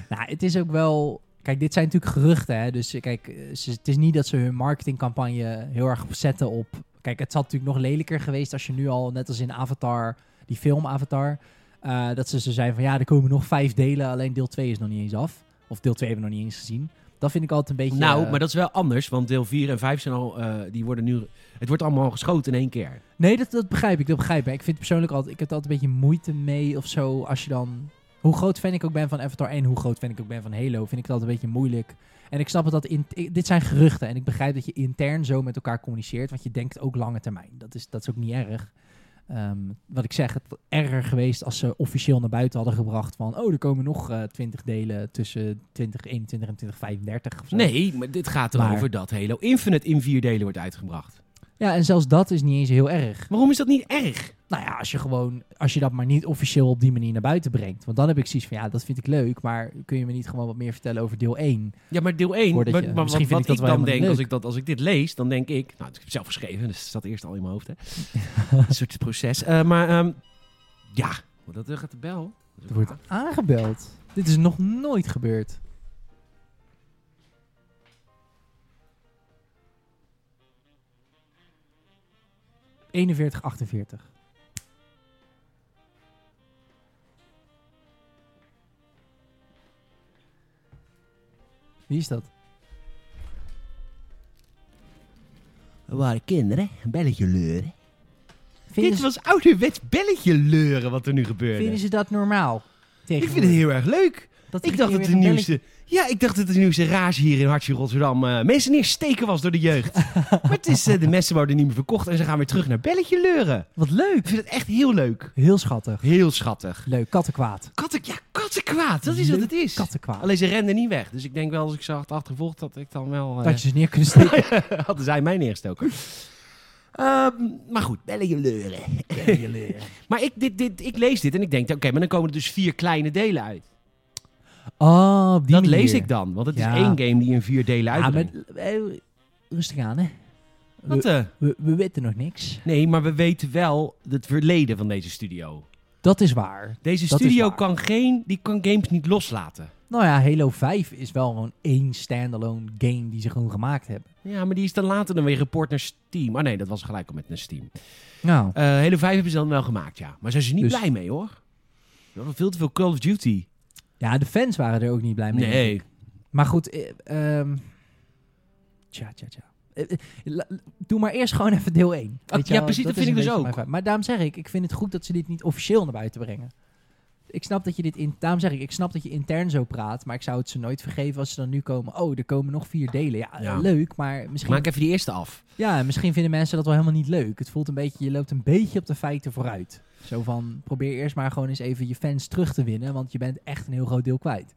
B: Nou, het is ook wel... Kijk, dit zijn natuurlijk geruchten, hè. Dus eh, kijk, eh, ze- het is niet dat ze hun marketingcampagne heel erg zetten op... Kijk, het had natuurlijk nog lelijker geweest als je nu al, net als in Avatar, die film Avatar... eh, dat ze ze zijn van, ja, er komen nog vijf delen, alleen deel 2 is nog niet eens af. Of deel 2 hebben we nog niet eens gezien. Dat vind ik altijd een beetje...
A: Nou,
B: eh,
A: maar dat is wel anders, want deel 4 en 5 zijn al, eh, die worden nu, het wordt allemaal geschoten in één keer.
B: Nee, dat, dat begrijp ik, dat begrijp ik. Ik vind persoonlijk altijd, ik heb er altijd een beetje moeite mee of zo, als je dan... Hoe groot fan ik ook ben van Avatar en hoe groot fan ik ook ben van Halo, vind ik het altijd een beetje moeilijk. En ik snap het dat, in, ik- dit zijn geruchten en ik begrijp dat je intern zo met elkaar communiceert, want je denkt ook lange termijn. Dat is, dat is ook niet erg. Ehm, wat ik zeg, het was erger geweest als ze officieel naar buiten hadden gebracht van, oh, er komen nog twintig delen tussen 2021 en 2035 of zo.
A: Nee, maar dit gaat erover
B: Maar-
A: dat Halo Infinite in vier delen wordt uitgebracht.
B: Ja, en zelfs dat is niet eens heel erg.
A: Waarom is dat niet erg?
B: Nou ja, als je gewoon, als je dat maar niet officieel op die manier naar buiten brengt. Want dan heb ik zoiets van, ja, dat vind ik leuk, maar kun je me niet gewoon wat meer vertellen over deel 1?
A: Ja, maar deel 1,
B: Voordat
A: maar,
B: je-
A: maar wat,
B: misschien vind
A: wat
B: ik
A: ik,
B: dat wel
A: dan
B: helemaal
A: denk,
B: niet
A: als
B: leuk.
A: ik, dat, als ik dit lees, dan denk ik... Nou, ik heb het zelf geschreven, dus het zat eerst al in mijn hoofd, *laughs* hè. Een soort proces. Eh, maar ehm, ja, Oh, dat eh, gaat de bel.
B: Er wordt aangebeld. Dit is nog nooit gebeurd. ...41, 48. Wie is dat?
A: We waren kinderen, een belletje leuren.
B: Vinden
A: Dit
B: ze-
A: was ouderwets belletje leuren wat er nu gebeurde.
B: Vinden ze dat normaal?
A: Ik vind het heel erg leuk.
B: Dat
A: Ik dacht dat de nieuwste, ja, ik dacht dat de nieuwste rage hier in Hartje Rotterdam eh, mensen neersteken was door de *laughs* jeugd. maar het is, eh, de messen worden niet meer verkocht en ze gaan weer terug naar belletje leuren.
B: Wat leuk.
A: Ik vind het echt heel leuk.
B: Heel schattig.
A: Heel schattig.
B: Leuk. Kattenkwaad.
A: Katten, ja, katten kwaad. Dat is wat het is.
B: Kattenkwaad.
A: Alleen ze renden niet weg. Dus ik denk wel, als ik ze had achtervolgd, dat ik dan wel... eh,
B: Dat je ze neer kunt steken.
A: *laughs* hadden zij mij neergestoken. Ehm, maar goed, belletje leuren. maar ik, dit, dit, ik lees dit en ik denk, oké, maar dan komen er dus vier kleine delen uit.
B: *laughs* Oh, op die
A: dat
B: manier.
A: lees ik dan, want het
B: Ja.
A: is één game die in vier delen
B: Ja,
A: uitbrengt.
B: maar, eh, rustig aan, hè.
A: Wat, eh?
B: We, we weten nog niks.
A: Nee, maar we weten wel het verleden van deze studio.
B: Dat is waar.
A: Deze
B: Dat is
A: studio
B: waar.
A: kan, geen, die kan games niet loslaten.
B: Nou ja, Halo 5 is wel gewoon één standalone game die ze gewoon gemaakt hebben.
A: Ja, maar die is dan later dan weer geport naar Steam. Ah nee, dat was gelijk al met naar Steam.
B: Nou,
A: Eh Halo 5 hebben ze dan wel gemaakt, ja. Maar zijn ze niet
B: Dus-
A: blij mee, hoor. We hadden veel te veel Call of Duty.
B: ja, de fans waren er ook niet blij mee.
A: Nee.
B: Maar goed, eh, ehm, tja, tja, tja. Eh, eh, la- Doe maar eerst gewoon even deel 1.
A: Ah, ja, precies, dat vind ik dus ook.
B: Maar daarom zeg ik, ik vind het goed dat ze dit niet officieel naar buiten brengen. Ik snap dat je dit in, daarom zeg ik, ik snap dat je intern zo praat, maar ik zou het ze nooit vergeven als ze dan nu komen. Oh, er komen nog vier delen. Ja,
A: Ah, Ja.
B: eh, leuk, maar misschien,
A: Maak even die eerste af.
B: ja, misschien vinden mensen dat wel helemaal niet leuk. Het voelt een beetje, je loopt een beetje op de feiten vooruit. Zo van, probeer eerst maar gewoon eens even je fans terug te winnen, want je bent echt een heel groot deel kwijt.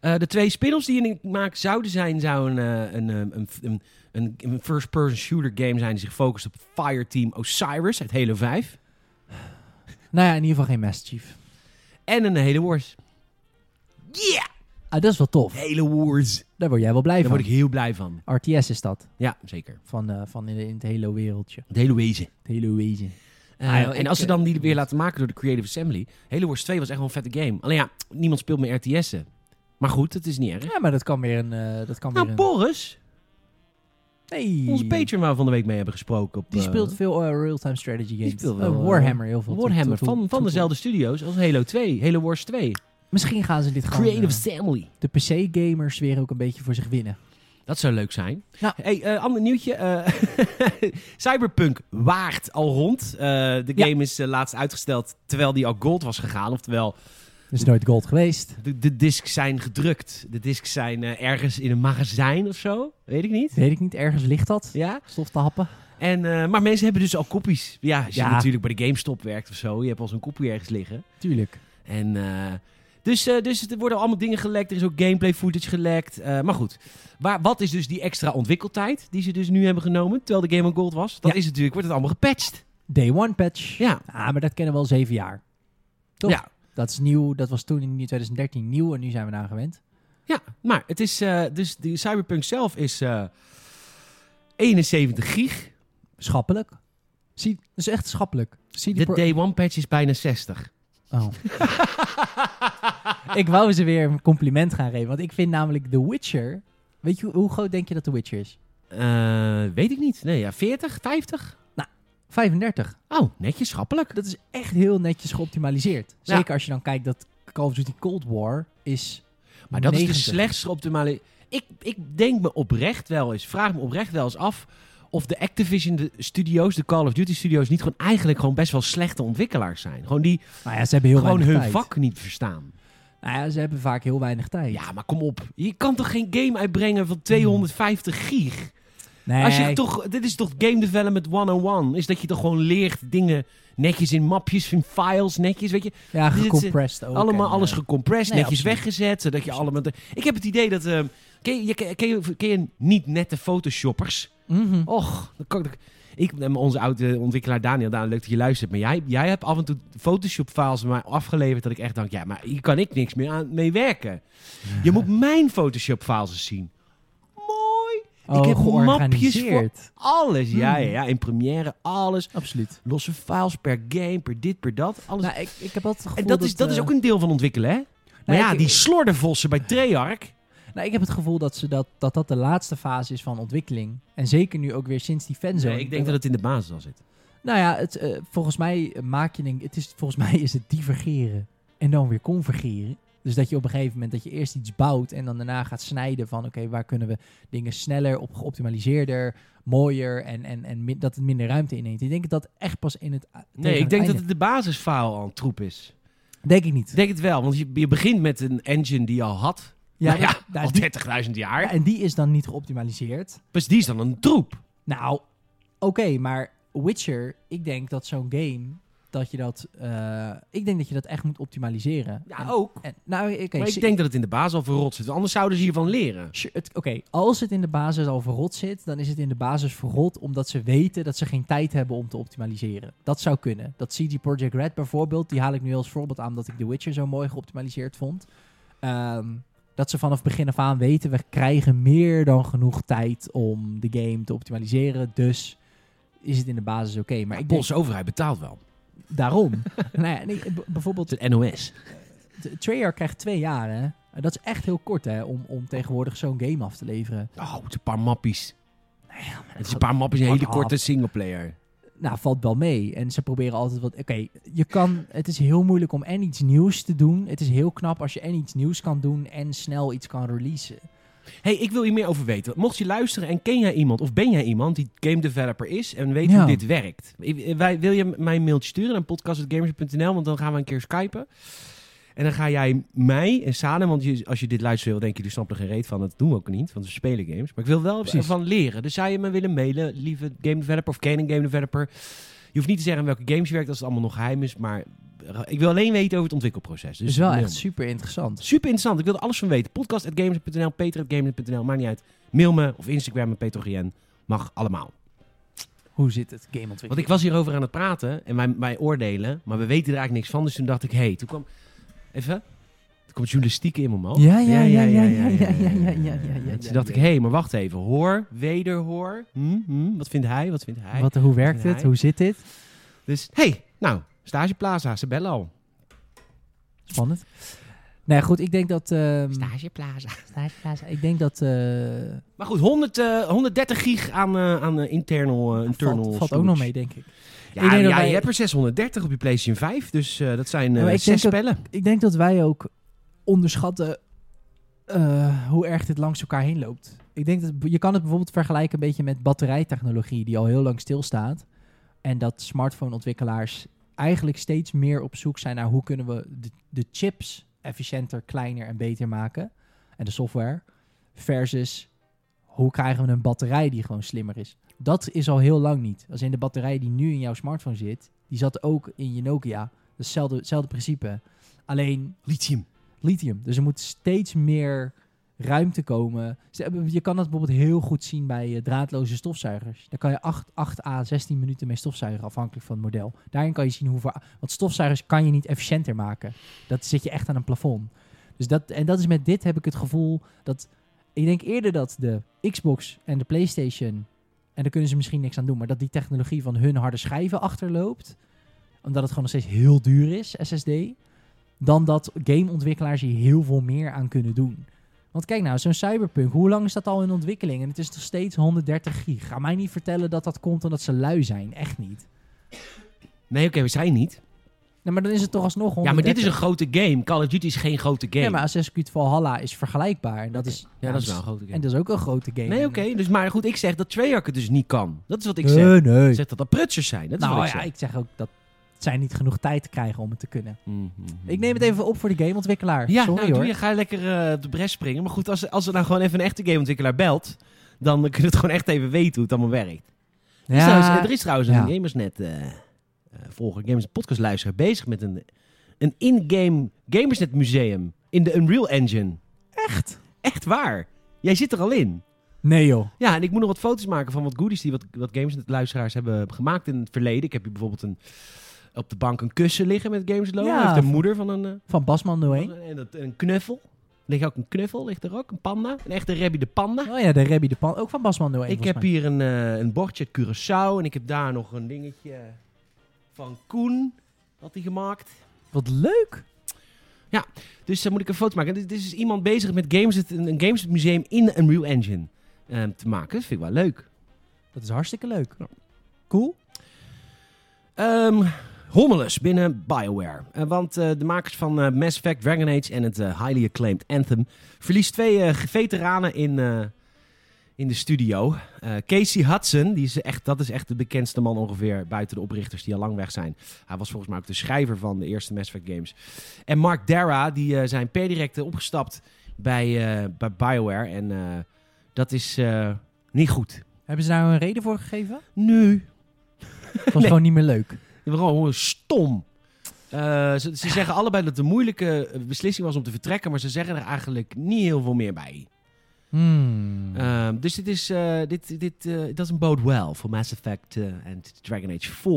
A: Eh, de twee spin-offs die ik maak zouden zijn, zou een, eh, een, eh, een, een, een, een first-person shooter game zijn... die zich focust op Fireteam Osiris uit Halo 5.
B: Nou ja, in ieder geval geen Master Chief.
A: En een Halo Wars. Yeah!
B: Ah, dat is wel tof.
A: Halo Wars.
B: Daar word jij wel blij
A: Daar
B: van.
A: word ik heel blij van.
B: RTS is dat.
A: Ja, zeker.
B: Van, eh, van in, in het hele wereldje.
A: Het hele wezen.
B: Het hele wezen.
A: Eh,
B: Ah, ja,
A: en
B: ik,
A: als ze
B: eh,
A: dan die weer laten maken door de Creative Assembly. Halo Wars 2 was echt wel een vette game. Alleen ja, niemand speelt meer RTS'en. Maar goed, het is niet erg.
B: Ja, maar dat kan weer een... eh, dat kan
A: Nou,
B: weer een...
A: Boris,
B: Nee.
A: onze Patreon waar we van de week mee hebben gesproken. Op,
B: Die
A: eh,
B: speelt veel eh, real-time strategy games.
A: speelt
B: Eh,
A: wel, eh,
B: Warhammer heel veel.
A: Warhammer
B: Toevoeg-
A: van, van
B: toevoeg-
A: dezelfde studio's als Halo 2, Halo Wars 2.
B: Misschien gaan ze dit gewoon...
A: Creative
B: eh,
A: Family.
B: de PC-gamers weer ook een beetje voor zich winnen.
A: Dat zou leuk zijn.
B: Nou.
A: hey, eh, ander nieuwtje. eh, *laughs* Cyberpunk waagt al rond. Eh, de
B: Ja.
A: game is eh, laatst uitgesteld terwijl die al gold was gegaan. Oftewel,
B: Dat is nooit gold geweest.
A: de, de discs zijn gedrukt. De discs zijn eh, ergens in een magazijn of zo. Weet ik niet.
B: Weet ik niet, ergens ligt dat.
A: Ja.
B: Stof te happen.
A: En, eh, maar mensen hebben dus al kopies. Ja, als je
B: Ja.
A: natuurlijk bij de GameStop werkt of zo. Je hebt al zo'n kopie ergens liggen.
B: Tuurlijk.
A: En, eh, dus, eh, dus er worden allemaal dingen gelekt. Er is ook gameplay footage gelekt. Eh, maar goed, Waar, wat is dus die extra ontwikkeltijd die ze dus nu hebben genomen, terwijl de Game of Gold was? Dat
B: Ja.
A: is natuurlijk, wordt het allemaal gepatcht.
B: Day one patch.
A: Ja.
B: Ah, maar dat kennen we al zeven jaar. Toch?
A: Ja.
B: Dat is nieuw. Dat was toen in 2013 nieuw en nu zijn we daar gewend.
A: Ja, maar het is, eh, dus die Cyberpunk zelf is eh, 71 gig.
B: Schappelijk. Zie, dat is echt schappelijk. Zie die
A: De
B: pro-
A: day one patch is bijna 60.
B: Oh. *laughs* ik wou ze weer een compliment gaan geven, want ik vind namelijk The Witcher... Weet je hoe, hoe groot denk je dat The Witcher is?
A: Eh, weet ik niet. Nee, ja, 40, 50?
B: 35.
A: Oh, netjes, schappelijk.
B: Dat is echt heel netjes geoptimaliseerd.
A: Ja.
B: Zeker als je dan kijkt dat Call of Duty Cold War is
A: Maar dat is dus
B: 90.
A: de slechtste optimale... Ik, ik denk me oprecht wel eens, vraag me oprecht wel eens af... of de Activision de studios, de Call of Duty studios... niet gewoon eigenlijk gewoon best wel slechte ontwikkelaars zijn. Gewoon die
B: Nou ja, ze hebben heel
A: gewoon hun
B: weinig tijd.
A: vak niet verstaan.
B: Nou ja, ze hebben vaak heel weinig tijd.
A: Ja, maar kom op. Je kan toch geen game uitbrengen van 250 gig?
B: nee,
A: Als je toch, dit is toch game development 101? Is dat je toch gewoon leert dingen netjes in mapjes, in files, netjes, weet je?
B: ja,
A: dit is, eh,
B: gecompressed ook.
A: allemaal
B: en,
A: alles
B: eh,
A: gecompressed,
B: nee,
A: netjes
B: absoluut.
A: weggezet. Zodat je allemaal... de- Ik heb het idee dat... ehm, ken, je, je- ken, je, ken je niet nette photoshoppers?
B: mhm.
A: Och, dat kan, dat- ik en onze oude ontwikkelaar Daniel, Daniel, leuk dat je luistert. Maar jij, jij hebt af en toe Photoshop-files maar afgeleverd dat ik echt denk... Ja, maar hier kan ik niks meer aan mee werken. Je moet mijn Photoshop-files eens zien. Mooi!
B: Oh,
A: heb mapjes voor-
B: georganiseerd. Hmm.
A: Alles, ja, ja, ja. In première, alles.
B: Absoluut.
A: Losse files per game, per dit, per dat. Alles.
B: Nou, ik, ik heb altijd het
A: en
B: gevoel
A: dat, is, dat is
B: eh,
A: ook een deel van ontwikkelen, hè? Maar
B: nou,
A: ja,
B: ik-
A: die slordervossen bij Treyarch.
B: Nou, ik heb het gevoel dat, ze dat, dat dat de laatste fase is van ontwikkeling. En zeker nu ook weer sinds die fanzone.
A: Nee, ik denk dat het in de basis al zit.
B: Nou ja, het, eh, volgens mij maak je een... Het is, volgens mij is het divergeren en dan weer convergeren. Dus dat je op een gegeven moment dat je eerst iets bouwt en dan daarna gaat snijden van... Oké, waar kunnen we dingen sneller, op geoptimaliseerder, mooier en, en, en min- dat het minder ruimte inneemt. Ik denk dat dat echt pas in het...
A: Nee, ik denk dat het de basisfile al een troep is.
B: Denk ik niet.
A: Ik denk het wel, want je, je begint met een engine die je al had. Nou Ja,
B: maar- nou, die-
A: al 30.000 jaar.
B: en die is dan niet geoptimaliseerd.
A: Dus die is dan een troep.
B: Nou, oké, maar Witcher, ik denk dat zo'n game dat je dat, eh, ik denk dat je dat echt moet optimaliseren. En-
A: ook.
B: en- nou, oké,
A: Maar
B: ze-
A: ik denk dat het in de basis al verrot zit. Anders zouden ze hiervan leren.
B: sure, het- oké, als het in de basis al verrot zit, dan is het in de basis verrot omdat ze weten dat ze geen tijd hebben om te optimaliseren. Dat zou kunnen. Dat CG Project Red bijvoorbeeld, die haal ik nu als voorbeeld aan omdat ik The Witcher zo mooi geoptimaliseerd vond. Ehm, dat ze vanaf begin af aan weten, we krijgen meer dan genoeg tijd om de game te optimaliseren. Dus is het in de basis oké. Maar
A: Maar
B: ik
A: de
B: denk,
A: Poolse overheid betaalt wel. *laughs*
B: Daarom. nou ja, nee, b- bijvoorbeeld,
A: Het is een NOS.
B: t- Treyarch krijgt twee jaar, hè. En Dat is echt heel kort, hè, om, om tegenwoordig zo'n game af te leveren.
A: Oh, het is een paar mappies. Het is een
B: gaat-
A: paar mappies, een hele
B: Fuck off.
A: korte singleplayer.
B: Nou, valt wel mee. En ze proberen altijd wat... Oké, je kan... Het is heel moeilijk om en iets nieuws te doen. Het is heel knap als je en iets nieuws kan doen en snel iets kan releasen.
A: Dus hey, ik wil hier meer over weten. Mocht je luisteren en ken jij iemand of ben jij iemand die game developer is en weet
B: Ja.
A: hoe dit werkt? Ik- eh, Wij, wil je mij een mailtje sturen naar podcast.gamers.nl, want dan gaan we een keer skypen. En dan ga jij mij en Salem, want je, als je dit luistert, denk je, die snapt er geen reet van. Dat doen we ook niet, want we spelen games. Maar ik wil wel
B: Precies.
A: ervan leren. Dus zou je me willen mailen, lieve game developer of ken een game developer? Je hoeft niet te zeggen aan welke games je werkt, als het allemaal nog geheim is. Maar ik wil alleen weten over het ontwikkelproces.
B: Dus
A: Dus
B: wel
A: mail
B: echt
A: me.
B: super interessant.
A: Super interessant. Ik wil er alles van weten. Podcast.gamers.nl, peter.gamers.nl. Maakt niet uit. Mail me of Instagram petrogien. Mag allemaal.
B: Hoe zit het gameontwikkeling?
A: Want ik was hierover aan het praten en wij, wij oordelen. Maar we weten er eigenlijk niks van. Dus toen dacht ik, hé, hey, toen kwam... Even. Toen kwam journalistiek in mijn hoofd.
B: Ja, ja, ja, ja, ja, ja, ja, ja, ja, ja, ja,
A: En
B: ja,
A: toen dacht ik,
B: ja.
A: hé, hey, maar wacht even. Hoor, wederhoor. Hm, hm, wat vindt hij, wat vindt hij?
B: Wat, hoe werkt
A: Nee.
B: het? Hoe zit dit?
A: Dus, hé, hey, nou, stageplaza, ze bellen al.
B: Spannend. Nou ja, goed, ik denk dat...
A: Hm.
B: ehm,
A: Stageplaza.
B: ik denk dat... eh,
A: Maar goed, 100, eh, 130 gig aan, eh, aan eh, internal, eh, internal
B: valt, valt ook
A: storage.
B: nog mee, denk ik.
A: Ja,
B: Ik denk dat
A: ja,
B: wij-
A: je hebt er 630 op je PlayStation 5, dus eh, dat zijn
B: Ja, maar
A: eh
B: ik
A: zes
B: denk
A: spellen.
B: Ik denk dat wij ook onderschatten eh, hoe erg dit langs elkaar heen loopt. Ik denk dat je kan het bijvoorbeeld vergelijken een beetje met batterijtechnologie die al heel lang stilstaat. En dat smartphoneontwikkelaars eigenlijk steeds meer op zoek zijn naar hoe kunnen we de, de chips efficiënter, kleiner en beter maken. En de software. Versus hoe krijgen we een batterij die gewoon slimmer is. Dat is al heel lang niet. Als in de batterij die nu in jouw smartphone zit, die zat ook in je Nokia. Dat is hetzelfde, hetzelfde principe. Alleen
A: Lithium.
B: lithium. Dus er moet steeds meer ruimte komen. Ze hebben- Je kan dat bijvoorbeeld heel goed zien bij eh, draadloze stofzuigers. Daar kan je 8, 8 à 16 minuten mee stofzuigen, afhankelijk van het model. Daarin kan je zien hoeveel... Want stofzuigers kan je niet efficiënter maken. Dat zit je echt aan een plafond. Dus dat, en dat is met dit heb ik het gevoel dat... Ik denk eerder dat de Xbox en de Playstation... En daar kunnen ze misschien niks aan doen. Maar dat die technologie van hun harde schijven achterloopt. Omdat het gewoon nog steeds heel duur is, SSD dan dat gameontwikkelaars hier heel veel meer aan kunnen doen. Want kijk nou, zo'n cyberpunk, hoe lang is dat al in ontwikkeling? En het is nog steeds 130 gig. Ga mij niet vertellen dat dat komt omdat ze lui zijn. Echt niet.
A: Nee, oké, we zijn niet.
B: Nou, maar dan is het toch alsnog 130.
A: Ja, maar dit is een grote game. Call of Duty is geen grote game.
B: Ja, maar Assassin's Creed Valhalla is vergelijkbaar. En dat is,
A: Ja, dat is wel een grote game.
B: En dat is ook een grote game.
A: Nee, oké. Dus, maar goed, ik zeg dat Treyarch het dus niet kan. Dat is wat ik zeg.
B: Nee, nee.
A: Ik zeg dat dat prutsers zijn. Dat is
B: nou
A: wat ik
B: ja,
A: zeg.
B: ik zeg ook dat zij niet genoeg tijd krijgen om het te kunnen.
A: Mhm, mhm.
B: Ik neem het even op voor de gameontwikkelaar.
A: Ja,
B: Sorry
A: nou, doe
B: hoor.
A: je, ga je lekker eh, op de bres springen. Maar goed, als, als er nou gewoon even een echte gameontwikkelaar belt... dan kunnen we het gewoon echt even weten hoe het allemaal werkt. Er is trouwens- er is trouwens een
B: Ja.
A: Gamersnet eh, eh, volger, Gamers Podcast luisteraar... bezig met een, een in-game Gamersnet museum in de Unreal Engine.
B: echt?
A: Echt waar. Jij zit er al in.
B: Nee joh.
A: Ja, en ik moet nog wat foto's maken van wat goodies die wat, wat Gamersnet luisteraars hebben gemaakt in het verleden. Ik heb hier bijvoorbeeld een, op de bank een kussen liggen met Games Logo.
B: Ja,
A: heeft de
B: van-
A: moeder van een... eh,
B: Van Basman 01.
A: en dat, een knuffel. Ligt ook een knuffel, ligt er ook. Een panda. Een echte Rabbi de panda.
B: Oh ja, de Rebby de Pan. Ook van Basman 01.
A: ik
B: volgens
A: heb
B: mij.
A: hier een, eh, een bordje uit Curaçao. En ik heb daar nog een dingetje van Koen. Had hij gemaakt.
B: Wat leuk.
A: Dus dan moet ik een foto maken. Dit dit is dus iemand bezig met games, een, een games museum in een Unreal Engine eh, te maken. Dat vind ik wel leuk.
B: Dat is hartstikke leuk. Cool.
A: Ehm hommeles binnen BioWare. Eh, want eh, de makers van eh, Mass Effect, Dragon Age en het eh, highly acclaimed Anthem... verliest twee eh, veteranen in, eh, in de studio. Eh, Casey Hudson, die is echt, dat is echt de bekendste man ongeveer buiten de oprichters die al lang weg zijn. Hij was volgens mij ook de schrijver van de eerste Mass Effect games. En Mark Dara, die eh, zijn per direct eh, opgestapt bij, eh, bij BioWare. En eh, dat is eh, niet goed.
B: Hebben ze daar een reden voor gegeven?
A: Nu
B: Het was gewoon niet meer leuk.
A: Die waren gewoon stom. Eh, ze, ze zeggen allebei dat het een moeilijke eh, beslissing was om te vertrekken, maar ze zeggen er eigenlijk niet heel veel meer bij.
B: Hmm.
A: Ehm, dus dit is, eh, dit, dit, eh, it doesn't bode well for Mass Effect eh, and Dragon Age 4,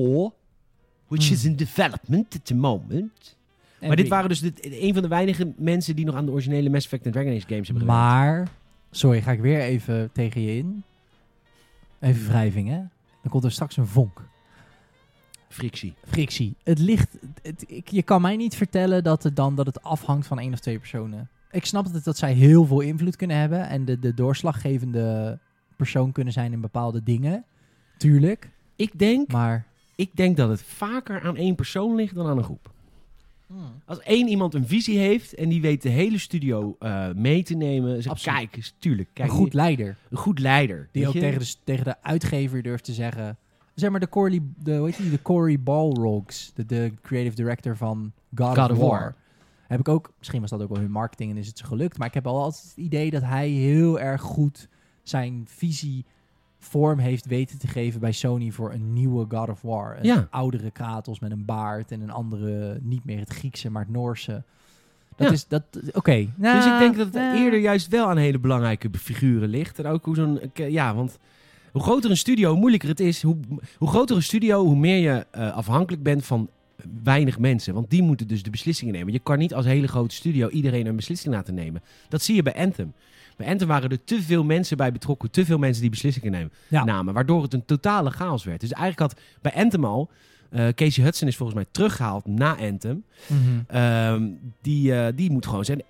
A: which
B: Hmm.
A: is in development at the moment.
B: En
A: maar dit
B: wie-
A: waren dus dit, een van de weinige mensen die nog aan de originele Mass Effect en Dragon Age games hebben gewerkt.
B: Maar, sorry, ga ik weer even tegen je in. Even wrijving, hè? Dan komt er straks een vonk.
A: Frictie.
B: Frictie. Het ligt... het- ik, je kan mij niet vertellen dat het dan dat het afhangt van één of twee personen. Ik snap dat, het- dat zij heel veel invloed kunnen hebben... en de, de doorslaggevende persoon kunnen zijn in bepaalde dingen. Tuurlijk.
A: Ik denk,
B: Maar...
A: ik denk dat het vaker aan één persoon ligt dan aan een groep. Als één iemand een visie heeft en die weet de hele studio eh, mee te nemen. Zeg,
B: Absoluut.
A: kijk, eens, tuurlijk. Kijk,
B: een goed
A: die-
B: leider.
A: een goed leider.
B: Die
A: weet
B: ook
A: je?
B: tegen de, s- tegen de uitgever durft te zeggen. Zeg maar de Corey, de, hoe heet die, de Corey Balrogs, de, de creative director van God, of War. Heb ik ook, misschien was dat ook wel hun marketing en is het ze gelukt. Maar ik heb al altijd het idee dat hij heel erg goed zijn visie vorm heeft weten te geven bij Sony voor een nieuwe God of War. Een
A: Ja.
B: oudere Kratos met een baard en een andere, niet meer het Griekse, maar het Noorse. Dat
A: Ja.
B: is, dat, oké.
A: Dus ik
B: Nou,
A: denk dat het
B: nou.
A: eerder juist wel aan hele belangrijke figuren ligt. En ook hoe zo'n... ik, eh, Ja, want hoe groter een studio, hoe moeilijker het is. Hoe, hoe groter een studio, hoe meer je eh, afhankelijk bent van weinig mensen. Want die moeten dus de beslissingen nemen. Je kan niet als hele grote studio iedereen een beslissing laten nemen. Dat zie je bij Anthem. Bij Anthem waren er te veel mensen bij betrokken. Te veel mensen die beslissingen nemen,
B: Ja.
A: namen. Waardoor het een totale chaos werd. Dus eigenlijk had bij Anthem al... eh, Casey Hudson is volgens mij teruggehaald na Anthem.
B: Mhm.
A: Ehm, die, eh, die moet gewoon zijn.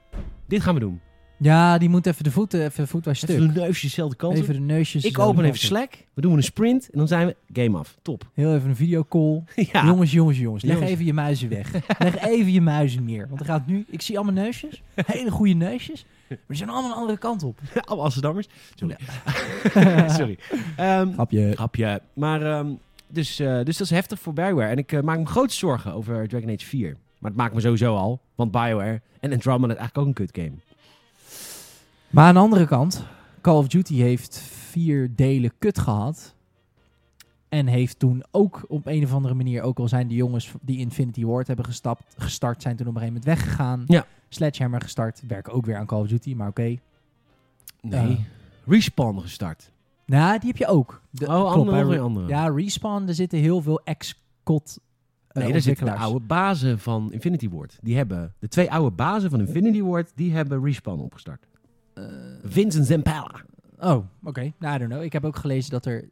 A: Dit gaan we doen.
B: Ja, die moet even de voeten, even de voet was stuk.
A: Even
B: Even,
A: de neusjes dezelfde kant op.
B: de neusjes.
A: Ik
B: zo de
A: open
B: kant
A: even
B: op.
A: Slack. We doen een sprint en dan zijn we game af. Top. *laughs*
B: Heel even een videocall.
A: ja.
B: Jongens, jongens, jongens. Leg
A: Jongens.
B: even je muizen weg. Leg even je muizen neer. Want er gaat nu... Ik zie allemaal neusjes. Hele goede neusjes. Maar die zijn allemaal een andere kant op.
A: *laughs* Alle Amsterdammers. Sorry. *laughs* Sorry. Ehm,
B: Grapje.
A: grapje. Maar, ehm, dus, eh, dus dat is heftig voor BioWare. En ik eh, maak me grote zorgen over Dragon Age 4. Maar het maakt me sowieso al. Want BioWare en Andromeda is eigenlijk ook een kut game.
B: Maar aan de andere kant... Call of Duty heeft vier delen kut gehad. En heeft toen ook op een of andere manier... Ook al zijn de jongens die Infinity Ward hebben gestapt, gestart... Zijn toen op een gegeven moment weggegaan.
A: Ja.
B: Sledgehammer gestart. Werken ook weer aan Call of Duty, maar oké.
A: Nee.
B: Eh.
A: Respawn gestart.
B: Nou, die heb je ook. De-
A: oh,
B: klopt,
A: andere,
B: bij
A: nog
B: Re-
A: weer andere.
B: Ja, Respawn, er zitten heel veel ex-COD eh,
A: nee, daar zitten de
B: ontwikkelaars.
A: oude bazen van Infinity Ward. Die hebben, de twee oude bazen van Infinity Ward, die hebben Respawn opgestart.
B: Eh.
A: Vincent Zampella.
B: Oh, oké. Nou, I don't know. Ik heb ook gelezen dat er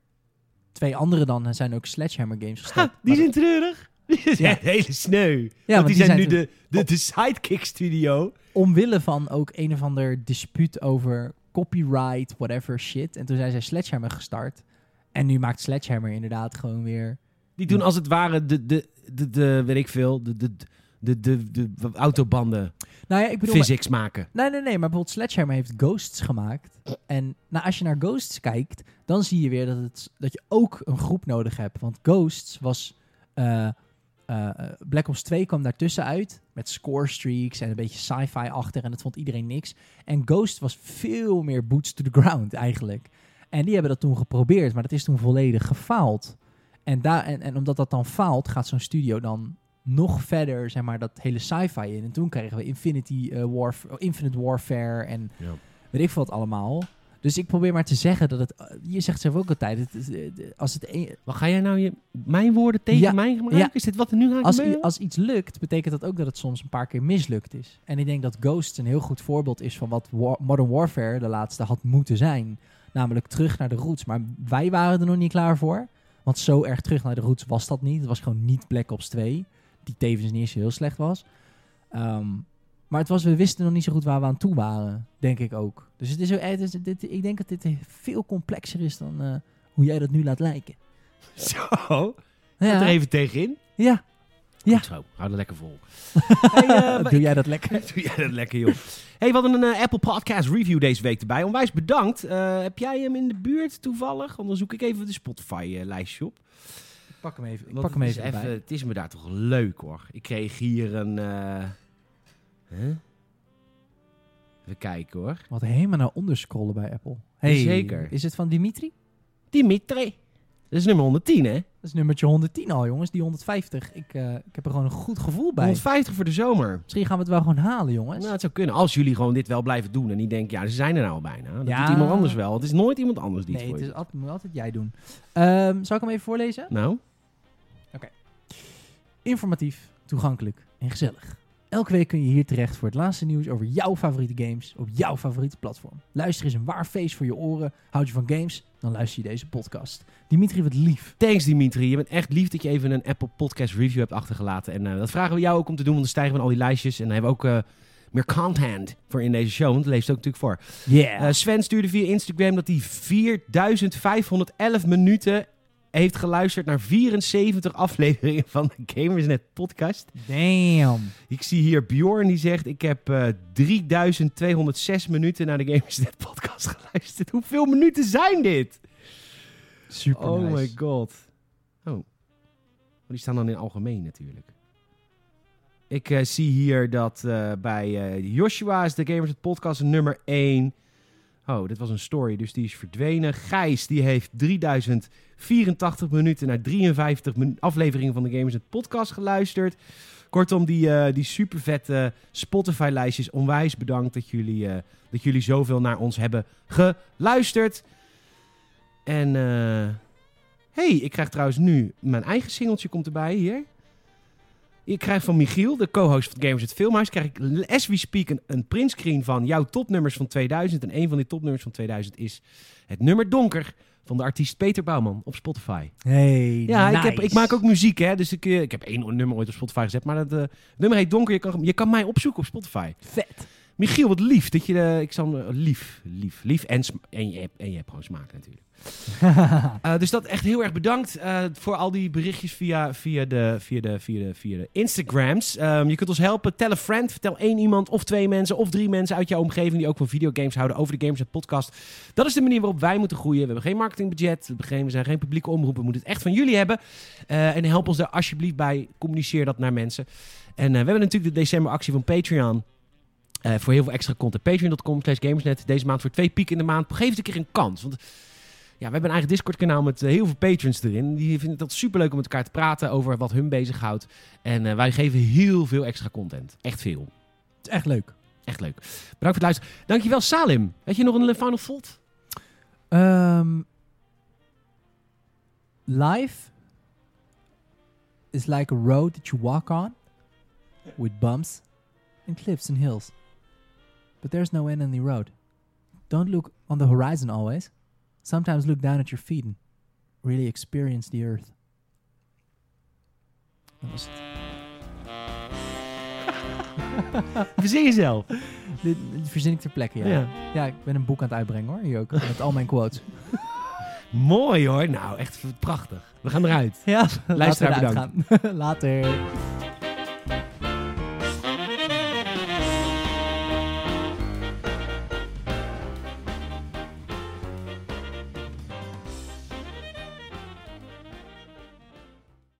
B: twee andere dan zijn ook Sledgehammer games gestart.
A: Ha, die
B: Maar-
A: zijn *laughs* treurig. Die zijn hele sneu. Ja, want
B: want
A: die
B: die
A: zijn,
B: zijn Oh.
A: nu
B: toen-
A: de, de, de Sidekick Studio.
B: omwille van ook een of ander dispuut over copyright, whatever shit. En toen zijn zij Sledgehammer gestart. En nu maakt Sledgehammer inderdaad gewoon weer...
A: Die doen als het ware de, de, de, de weet ik veel, de, de, de, de, de autobanden
B: Nou ja, ik bedoel...
A: physics maken.
B: Nee, nee, nee. Maar bijvoorbeeld Sledgehammer heeft Ghosts gemaakt. En nou, als je naar Ghosts kijkt, dan zie je weer dat, het, dat je ook een groep nodig hebt. Want Ghosts was... eh, eh, Black Ops 2 kwam daartussen uit. Met score streaks en een beetje sci-fi achter. En dat vond iedereen niks. En Ghost was veel meer boots to the ground eigenlijk. En die hebben dat toen geprobeerd. Maar dat is toen volledig gefaald. En, daar, en, en omdat dat dan faalt, gaat zo'n studio dan nog verder, zeg maar, dat hele sci-fi in. En toen kregen we Infinity, eh, Warf- Infinite Warfare en
A: Ja.
B: weet ik veel wat allemaal. Dus ik probeer maar te zeggen dat het... eh, Je zegt zelf ook altijd, het, is, eh, als het een-
A: Wat ga jij nou je, mijn woorden tegen
B: Ja,
A: mij gebruiken?
B: ja.
A: Is dit wat er nu gaat
B: als, i-
A: *laughs* gebeuren?
B: als iets lukt, betekent dat ook dat het soms een paar keer mislukt is. En ik denk dat Ghost een heel goed voorbeeld is van wat War- Modern Warfare de laatste had moeten zijn. Namelijk terug naar de roots. Maar wij waren er nog niet klaar voor. Want zo erg terug naar de roots was dat niet. Het was gewoon niet Black Ops 2. Die tevens niet eens heel slecht was. Ehm, maar het was, we wisten nog niet zo goed waar we aan toe waren. Denk ik ook. Dus het is, zo- het is, dit, ik denk dat dit veel complexer is dan eh, hoe jij dat nu laat lijken.
A: Zo, zet er
B: Ja,
A: even tegenin.
B: ja. Ja.
A: Goed zo, hou dat lekker
B: *laughs*
A: vol. hey, eh, maar-
B: doe jij dat lekker?
A: *laughs* Doe jij dat lekker, joh. hey, we hadden een eh, Apple Podcast review deze week erbij. Onwijs bedankt. Eh, heb jij hem in de buurt toevallig? Want dan zoek ik even de Spotify-lijstje op.
B: Pak hem even. Ik
A: Want
B: pak hem
A: het is
B: even, erbij.
A: Het is me daar toch leuk, hoor. Ik kreeg hier een... eh, Huh? Even kijken, hoor.
B: Wat helemaal naar onder scrollen bij Apple. Hey,
A: Zeker.
B: Is het van Dimitri?
A: Dimitri. Dat is nummer 110, hè?
B: Dat is nummertje 110 al, jongens. Die 150. Ik, eh, ik heb er gewoon een goed gevoel bij.
A: 150 voor de zomer.
B: Misschien gaan we het wel gewoon halen, jongens.
A: Nou, het zou kunnen. Als jullie gewoon dit wel blijven doen en niet denken... Ja, ze zijn er nou al bijna. Dat
B: Ja.
A: doet iemand anders wel. Het is nooit iemand anders die het
B: nee,
A: voor
B: het
A: je
B: is altijd, moet altijd jij doen. Ehm, zal ik hem even voorlezen?
A: doet. Nou?
B: Informatief, toegankelijk en gezellig. Elke week kun je hier terecht voor het laatste nieuws over jouw favoriete games op jouw favoriete platform. Luister is een waar feest voor je oren. Houd je van games? Dan luister je deze podcast. Dimitri, wat lief.
A: Thanks Dimitri. Je bent echt lief dat je even een Apple Podcast Review hebt achtergelaten. En eh, dat vragen we jou ook om te doen, want dan stijgen we in al die lijstjes. En dan hebben we ook eh, meer content voor in deze show, want dat leeft ook natuurlijk voor.
B: Yeah.
A: Eh, Sven stuurde via Instagram dat hij 4511 minuten heeft geluisterd naar 74 *laughs* afleveringen van de Gamersnet podcast.
B: Damn.
A: Ik zie hier Bjorn die zegt, ik heb eh, 3206 minuten naar de Gamersnet *laughs* podcast geluisterd. Hoeveel minuten zijn dit?
B: Super
A: Oh
B: nice.
A: my god. Oh. Maar die staan dan in algemeen natuurlijk. Ik eh, zie hier dat eh, bij eh, Joshua is de Gamers het podcast nummer 1. Oh, dit was een story, dus die is verdwenen. Gijs, die heeft 3084 minuten naar 53 min- afleveringen van de Gamers het podcast geluisterd. Kortom, die, eh, die super vette Spotify-lijstjes. Onwijs bedankt dat jullie, eh, dat jullie zoveel naar ons hebben geluisterd. En eh, hey, ik krijg trouwens nu mijn eigen singeltje komt erbij hier. Ik krijg van Michiel, de co-host van Gamers het Filmhuis, krijg ik as we speak een, een printscreen van jouw topnummers van 2000. En een van die topnummers van 2000 is het nummer Donker van de artiest Peter Bouwman op Spotify.
B: Hey,
A: Ja,
B: nice.
A: ik, heb, ik maak ook muziek, hè. Dus ik, eh, ik heb één nummer ooit op Spotify gezet. Maar dat eh, nummer heet Donker. Je kan, je kan mij opzoeken op Spotify.
B: Vet.
A: Michiel, wat lief dat je... eh, ik zal hem- lief, lief, lief. En, sma- en, je, hebt, en je hebt gewoon smaak natuurlijk. Eh, dus dat echt heel erg bedankt eh, voor al die berichtjes via, via, de, via, de, via, de, via de Instagrams. Ehm, je kunt ons helpen. Tel een friend. Vertel één iemand of twee mensen of drie mensen uit jouw omgeving... die ook van videogames houden over de Games en Podcast. Dat is de manier waarop wij moeten groeien. We hebben geen marketingbudget. We hebben geen- We zijn geen publieke omroep. We moeten het echt van jullie hebben. Eh, en help ons daar alsjeblieft bij. Communiceer dat naar mensen. En eh, we hebben natuurlijk de decemberactie van Patreon. Eh, voor heel veel extra content. Patreon.com slash Gamersnet. Deze maand voor twee piek in de maand. Geef het een keer een kans. Want ja, we hebben een eigen Discord-kanaal met eh, heel veel patrons erin. Die vinden dat superleuk om met elkaar te praten over wat hun bezighoudt. En eh, wij geven heel veel extra content. Echt veel.
B: Het is echt leuk.
A: Echt leuk. Bedankt voor het luisteren. Dankjewel Salim. Had je nog een final thought?
B: Ehm life is like a road that you walk on with bumps and cliffs and hills. But there's no end in the road. Don't look on the horizon always. Sometimes look down at your feet and really experience the earth. Dat was het.
A: *laughs* Verzin jezelf.
B: Dit, dit verzin ik ter plekke, ja. ja. ik ben een boek aan het uitbrengen hoor, hier ook. Met al mijn
A: *laughs*
B: quotes.
A: Mooi hoor. Nou, echt prachtig. We gaan eruit.
B: Ja,
A: Luisteraar,
B: laten we eruit gaan. *laughs* Later.